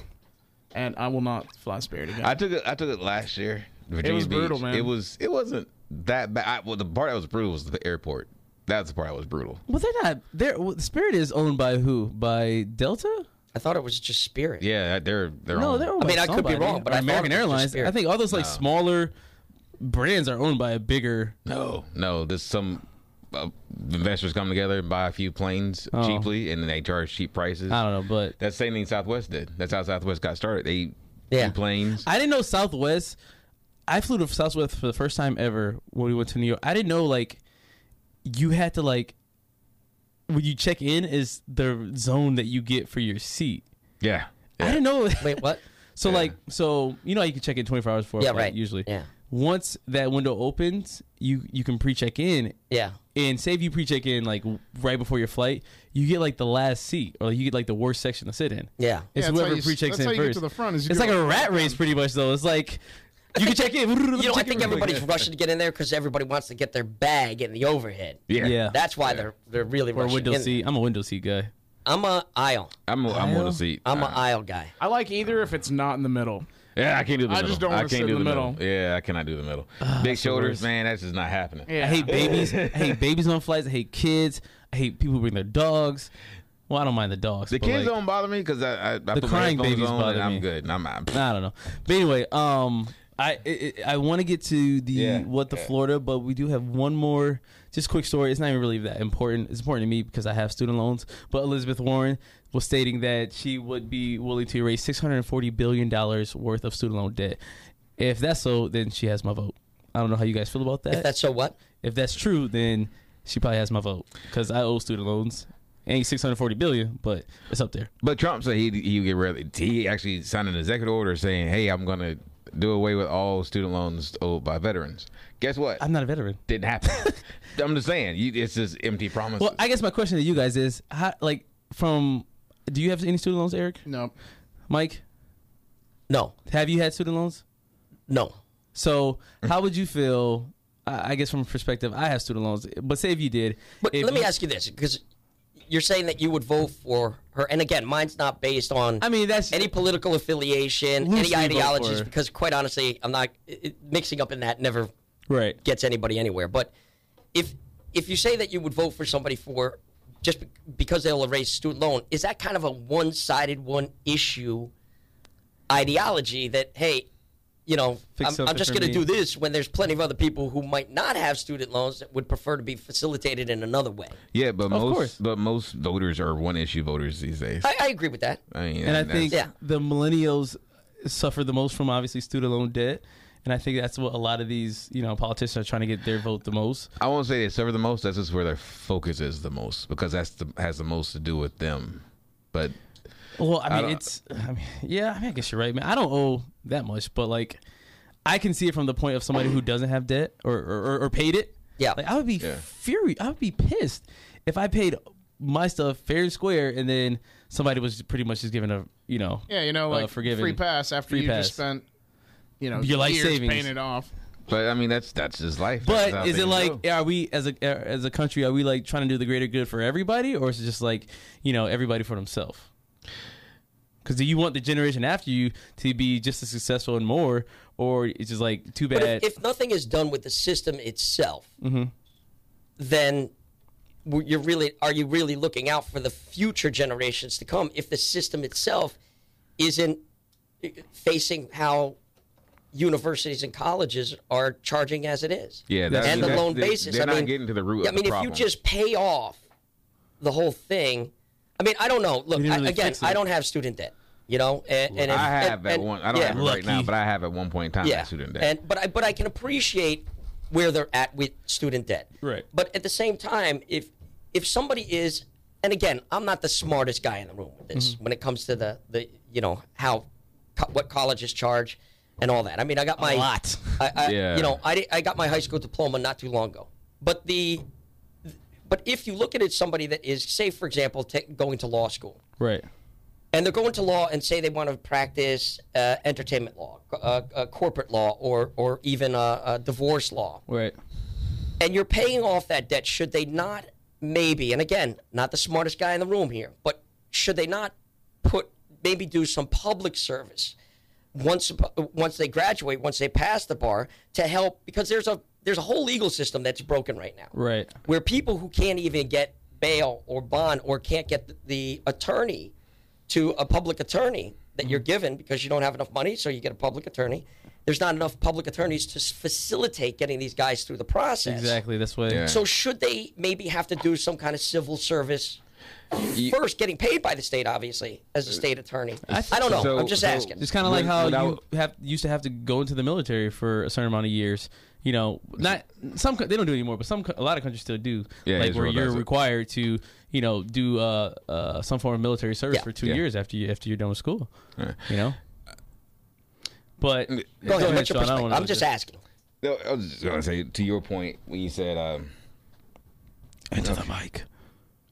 and I will not fly Spirit again.
I took it. I took it last year. Virginia
was
Beach.
brutal, man.
It was. It wasn't that bad. I, well, the part that was brutal was the airport. That's the part that was brutal.
well, they're not. They're well, Spirit is owned by who? By Delta?
I thought it was just spirit.
Yeah, they're they're.
No,
on.
they're. Owned
I
by
mean, I could be
somebody.
wrong, but
Or
I thought
American
it was just
Airlines. I
Spirit.
think all those like smaller brands are owned by a bigger.
No, no. There's some uh, investors come together and buy a few planes
Oh.
cheaply, and then they charge cheap prices.
I don't know, but
That's the same thing Southwest did. That's how Southwest got started. They
Yeah.
do planes.
I didn't know Southwest. I flew to Southwest for the first time ever when we went to New York. I didn't know like you had to like when you check in is the zone that you get for your seat.
yeah.
I didn't know.
Wait, what?
so like so you know how you can check in 24 hours before a
Yeah,
flight,
right.
usually.
Yeah.
Once that window opens, you you can pre-check in
Yeah.
and say if you pre-check in like right before your flight, you get like the last seat or you get like the worst section to sit in.
Yeah.
It's
Yeah, that's how
whoever
you-
pre-checks
that's
in
how you get
first.
to the front, is you
it's
go
like a
up and
rat race, pretty much though. It's like You can check in.
You know, I think everybody's rushing to get in there because everybody wants to get their bag in the overhead.
Yeah.
Yeah.
That's why they're they're really
Or
rushing
window
in.
seat. I'm a window seat guy.
I'm a aisle.
I'm I'm on the seat.
I'm a
Uh,
aisle guy.
I like either if it's not in the middle.
yeah, I can't do the
I
middle.
just don't wanna
can't
sit in
do
the middle.
Yeah, I cannot do the middle.
Ah,
Big shoulders, man. That's just not happening.
Yeah.
I hate babies. I hate babies on flights. I hate kids. I hate people who bring their dogs. Well, I don't mind the dogs.
The
but,
kids
like,
don't bother me because I, I, I the put
crying
my headphones
babies
on
bother
and I'm
me.
good. And I'm out.
I don't know. But anyway, um, I I, I want to get to the
Yeah,
what the
yeah.
Florida, but we do have one more just quick story. It's not even really that important. It's important to me because I have student loans. But Elizabeth Warren was stating that she would be willing to erase six hundred and forty billion dollars worth of student loan debt. If that's so, then she has my vote. I don't know how you guys feel about that.
If that's so what?
if that's true, then she probably has my vote because I owe student loans. Ain't six hundred forty billion, but it's up there.
But Trump said he he would get rid. He actually signed an executive order saying, "Hey, I'm going to do away with all student loans owed by veterans." Guess what?
I'm not a veteran.
Didn't happen. I'm just saying, you, it's just empty promises.
Well, I guess my question to you guys is, how, like, from do you have any student loans, Eric?
No.
Mike,
No,
have you had student loans?
no.
So,
Mm.
how would you feel? I I guess from a perspective, I have student loans, but say if you did,
But
if
let me
you-
ask you this, because you're saying that you would vote for her, and again, mine's not based on
I mean, that's
any political affiliation,
Loosely
any
vote
ideologies,
for-
because quite honestly, I'm not it- it- mixing up in that. Never
right.
gets anybody anywhere. But if if you say that you would vote for somebody for just be- because they'll erase student loan, is that kind of a one sided, one issue ideology that hey, you know,
Fix
I'm, I'm
something
just
for
going to
me.
do this when there's plenty of other people who might not have student loans that would prefer to be facilitated in another way.
yeah, but most
course.
but most voters are one issue voters these days.
I, I agree with that.
I mean,
And I
that's-
think
Yeah.
the millennials suffer the most from obviously student loan debt, and I think that's what a lot of these you know politicians are trying to get their vote the most.
I won't say they suffer the most. That's just where their focus is the most because that's the has the most to do with them. But
Well, I mean,
don't-
it's, I mean, yeah, I, mean, I guess you're right, man. I don't owe that much, but like, I can see it from the point of somebody who doesn't have debt or or, or- or paid it.
Yeah.
like I would be
Yeah.
furious. I would be pissed if I paid my stuff fair and square, and then somebody was pretty much just giving a you know,
Yeah, you know,
uh,
like
forgiving.
free pass after
Free
you
pass.
just spent, you know,
Your life
years
savings.
paying it off.
but I mean that's that's just life. That's how
But is
things
it like
go.
are we as a as a country are we like trying to do the greater good for everybody, or is it just like you know everybody for themselves? Because do you want the generation after you to be just as successful and more, or it's just like too
But
bad?
if, if nothing is done with the system itself,
Mm-hmm.
then w- you're really are you really looking out for the future generations to come if the system itself isn't eh, facing how universities and colleges are charging as it is?
yeah, that's,
and the
that's-
loan
they're,
basis.
They're
I
not
mean,
getting to the root
yeah,
of
I mean,
the
if you
problem.
just pay off the whole thing, I mean, I don't know. Look,
didn't
I,
really
again,
fix it.
I don't have student debt. You know, and, and if-
I have
and-
at
and-
one. I don't
yeah.
have it right now,
Lucky.
but I have at one point in time
Yeah,
that student debt.
and but I but I can appreciate where they're at with student debt.
Right.
But at the same time, if if somebody is, and again, I'm not the smartest guy in the room with this
Mm-hmm.
when it comes to the the you know how co- what colleges charge and all that. I mean, I got my
lot.
I, I,
Yeah.
You know, I di- I got my high school diploma not too long ago, but the. But if you look at it, somebody that is, say, for example, ta going to law school,
right.
and they're going to law and say they want to practice uh, entertainment law, uh, uh, corporate law, or or even uh, uh, divorce law,
Right.
and you're paying off that debt, should they not maybe? And again, not the smartest guy in the room here, but should they not put maybe do some public service once once they graduate, once they pass the bar, to help because there's a there's a whole legal system that's broken right now
Right.
where people who can't even get bail or bond or can't get the, the attorney to a public attorney that you're given because you don't have enough money, so you get a public attorney. There's not enough public attorneys to s- facilitate getting these guys through the process.
Exactly. That's why.
Yeah.
So should they maybe have to do some kind of civil service first, getting paid by the state, obviously, as a state attorney? I, don't know.
so-
I'm just
so-
asking.
It's kind of like
When-
how
when I
you
w-
have used to have to go into the military for a certain amount of years. You know, not some co- they don't do it anymore, but some co- a lot of countries still do.
Yeah,
like where
Israel
you're
does it.
required to, you know, do uh, uh, some form of military service
Yeah.
for two
Yeah.
years after you after you're done with school. You know. But
Go ahead. What's
Sean,
your
I don't
perspective?
wanna
I'm just asking.
No, I was just gonna say to your point when you said, um,
Into the mic.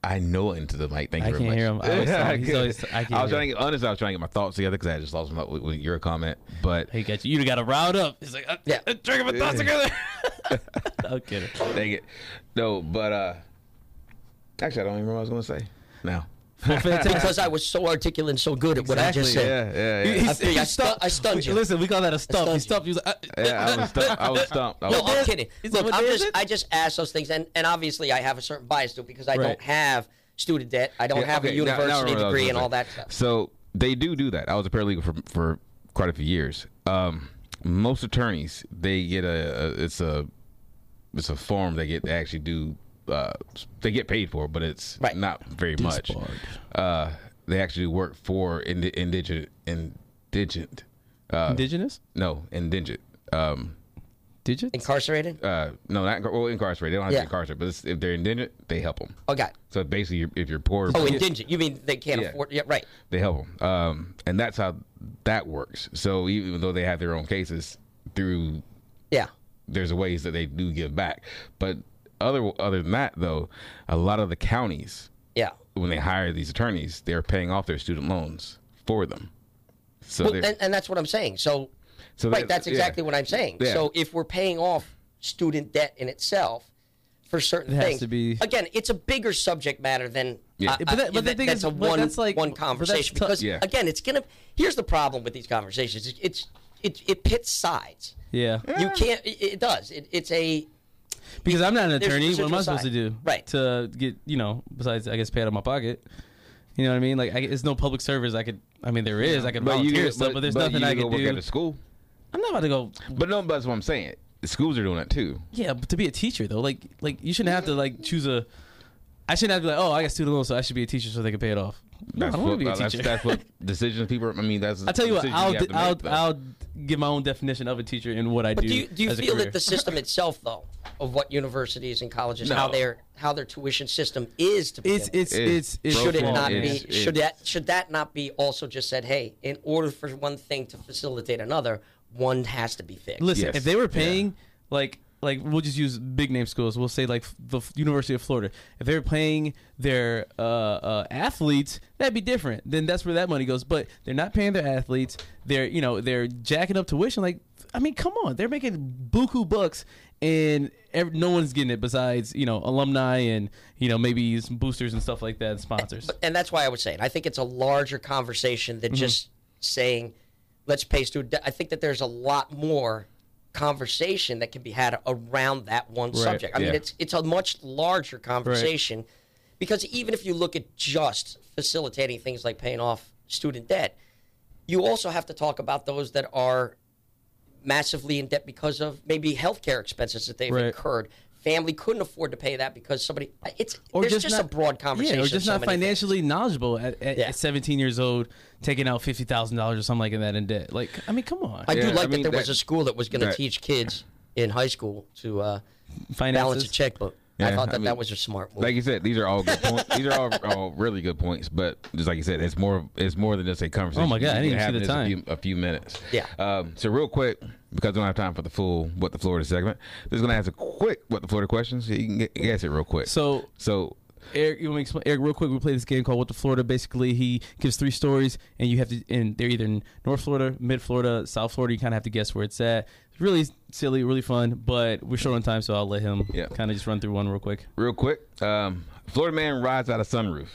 I know into the mic. Thank
I
you very
can't
much.
hear him. I always tell him. He's
couldn't.
always- I can't
I was
hear
trying to get honest. I was trying to get my thoughts together because I just lost my with with your comment. But
Hey, got you. You got to round up. He's like, uh,
Yeah.
yeah, uh, drink my thoughts together. I'm kidding.
dang it, no. But uh, actually, I don't even remember what I was going to say now.
Well, fantastic.
because I was so articulate and so good at what I just
Exactly,
said.
Yeah, yeah, yeah.
He- he-
think
he
I stu- I stunned you.
Listen, we call that a stump.
stunned
He
you.
stumped. He was like, uh,
Yeah, I was stumped. I was stumped. I
No,
was-
day
I'm
is-
kidding.
is
Look,
it- what
I'm
day is
just
it?
I just ask those things, and, and obviously I have a certain bias to it because I
Right.
don't have student debt, I don't
Yeah,
Oh, have a
okay, now- now I
university
remember what I was
degree, and
gonna
all that
say.
stuff.
So they do do that. I was a paralegal for for quite a few years. Um, most attorneys they get a, a it's a it's a form they get they actually do. Uh, they get paid for, but it's
Right.
not very much.
Disbarred.
Uh, they actually work for indi- indigent indigent. Uh,
indigenous?
no, indigent. Um,
Digit?
Incarcerated?
uh, no, not incar- well, incarcerated. They don't have
Yeah.
to be incarcerated, but it's, if they're indigent, they help them.
Oh God!
So basically, you're, if you're poor,
Oh, indigent. You mean they can't
Yeah.
afford? Yeah, right.
they help them, um, and that's how that works. So even though they have their own cases, through
Yeah.
there's ways that they do give back. But other other than that, though, a lot of the counties
Yeah.
when they hire these attorneys, they're paying off their student loans for them. So
Well,
they're-
and, and that's what I'm saying. So,
So
right,
that-
that's
yeah.
exactly what I'm saying.
Yeah.
So if we're paying off student debt in itself for certain
It has
things,
to be-
again, it's a bigger subject matter than
Yeah.
I-
But that-
I-
but the
that-
thing
that's
is-
a
but
one
that's like-
one
but that's
conversation
tough-
because
Yeah.
again, it's gonna. Here's the problem with these conversations. It's, it's it it pits sides.
Yeah.
You can't. It, it does. It, it's a
Because I'm not an
There's
attorney. What am I
residual
supposed to
side.
do?
Right.
To get, you know, besides, I guess, pay out of my pocket. You know what I mean? Like, I, there's no public service I could, I mean, there is. I could volunteer stuff, but, there's nothing
you
I
can
could
go work at
do.
a school.
I'm not about to go,
But no, but that's what I'm saying. The schools are doing that too.
yeah, but to be a teacher, though, like, like you shouldn't have to, like, choose a, I shouldn't have to be like, oh, I got student loans, so I should be a teacher so they can pay it off. No, I
That's
don't
what uh,
want to be a
that's,
teacher.
that's what decisions people. I mean, that's
I tell you what,
decisions
I'll
have to
I'll,
make, though.
I'll give my own definition of a teacher and what I
But
do.
do you, do you
as a
feel
career.
that the system itself, though, of what universities and colleges, how
No.
their how their tuition system is to begin
it's
with?
it's it's, it's
Broke
should it
law
not
is-
be?
is-
should that should that not be also just said? Hey, in order for one thing to facilitate another, one has to be fixed.
Listen,
Yes.
if they were paying like like we'll just use big name schools. We'll say like the F- University of Florida. If they were paying their uh, uh, athletes, that'd be different. Then that's where that money goes. But they're not paying their athletes. They're you know they're jacking up tuition. Like I mean, come on, they're making buku bucks. And ev no one's getting it besides you know alumni and you know maybe some boosters and stuff like that and sponsors.
But- and that's why I was saying I think it's a larger conversation
Mm-hmm.
than just saying, "Let's pay student." debt." I think that there's a lot more conversation that can be had around that one subject. I mean,
yeah.
it's it's a much larger conversation because even if you look at just facilitating things like paying off student debt, you also have to talk about those that are massively in debt because of maybe healthcare expenses that they've
Right.
incurred. Family couldn't afford to pay that because somebody. It's
or
there's
just,
just,
not,
a broad conversation.
Yeah, or
of
just
so
not
many things.
financially knowledgeable at, at,
Yeah.
at 17 years old, taking out fifty thousand dollars or something like that in debt. Like, I mean, come on,
I
Yeah,
do like
I mean,
that there was
that-
a school that was going to
that-
teach kids in high school to uh, balance
finances.
a checkbook. I
Yeah,
thought
I
that
mean,
that was a smart move.
like you said, these are all good points. These are all, all really good points. But just like you said, it's more it's more than just a conversation.
Oh my God, I
You can
didn't even see
have
the
this a
time.
few- A few, minutes.
Yeah.
Um, so real quick, because we don't have time for the full what the Florida segment, just gonna ask a quick what the Florida questions. So you can get, guess it real quick.
So,
so
Eric, you want me to explain? Eric, real quick, we play this game called What the Florida. Basically, he gives three stories, and you have to, and they're either in North Florida, Mid Florida, South Florida. You kind of have to guess where it's at. It's really silly, really fun, but we're short on time, so I'll let him
Yeah.
kind of just run through one real quick.
real quick, um, Florida man rides out of sunroof.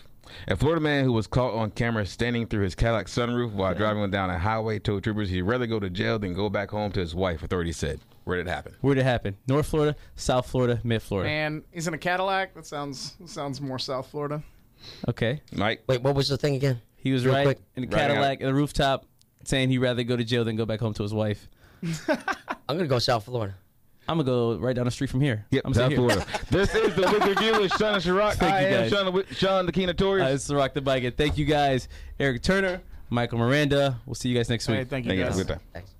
A Florida man who was caught on camera standing through his Cadillac sunroof while driving down a highway told troopers he'd rather go to jail than go back home to his wife. Authorities said, "Where did it happen?"
Where did it happen? North Florida, South Florida, Mid Florida.
And he's in a Cadillac. That sounds sounds more South Florida.
Okay.
Mike.
Wait, what was the thing again?
He was
Real
right
quick.
in the
Right out.
Cadillac, in the rooftop, saying he'd rather go to jail than go back home to his wife.
I'm going to go South Florida.
I'm gonna go right down the street from here.
Yep,
I'm
South
gonna sit
Florida. this is the Wicked Review with Sean and Chirac.
Thank
I
you,
am
guys.
Sean, the Wi- Sean the King of
Here. Uh,
Tories.
this is Rock the Bike. And thank you guys, Eric Turner, Michael Miranda. We'll see you guys next week.
Hey, thank you
Thank you.
guys.
Have a good time.
Thanks.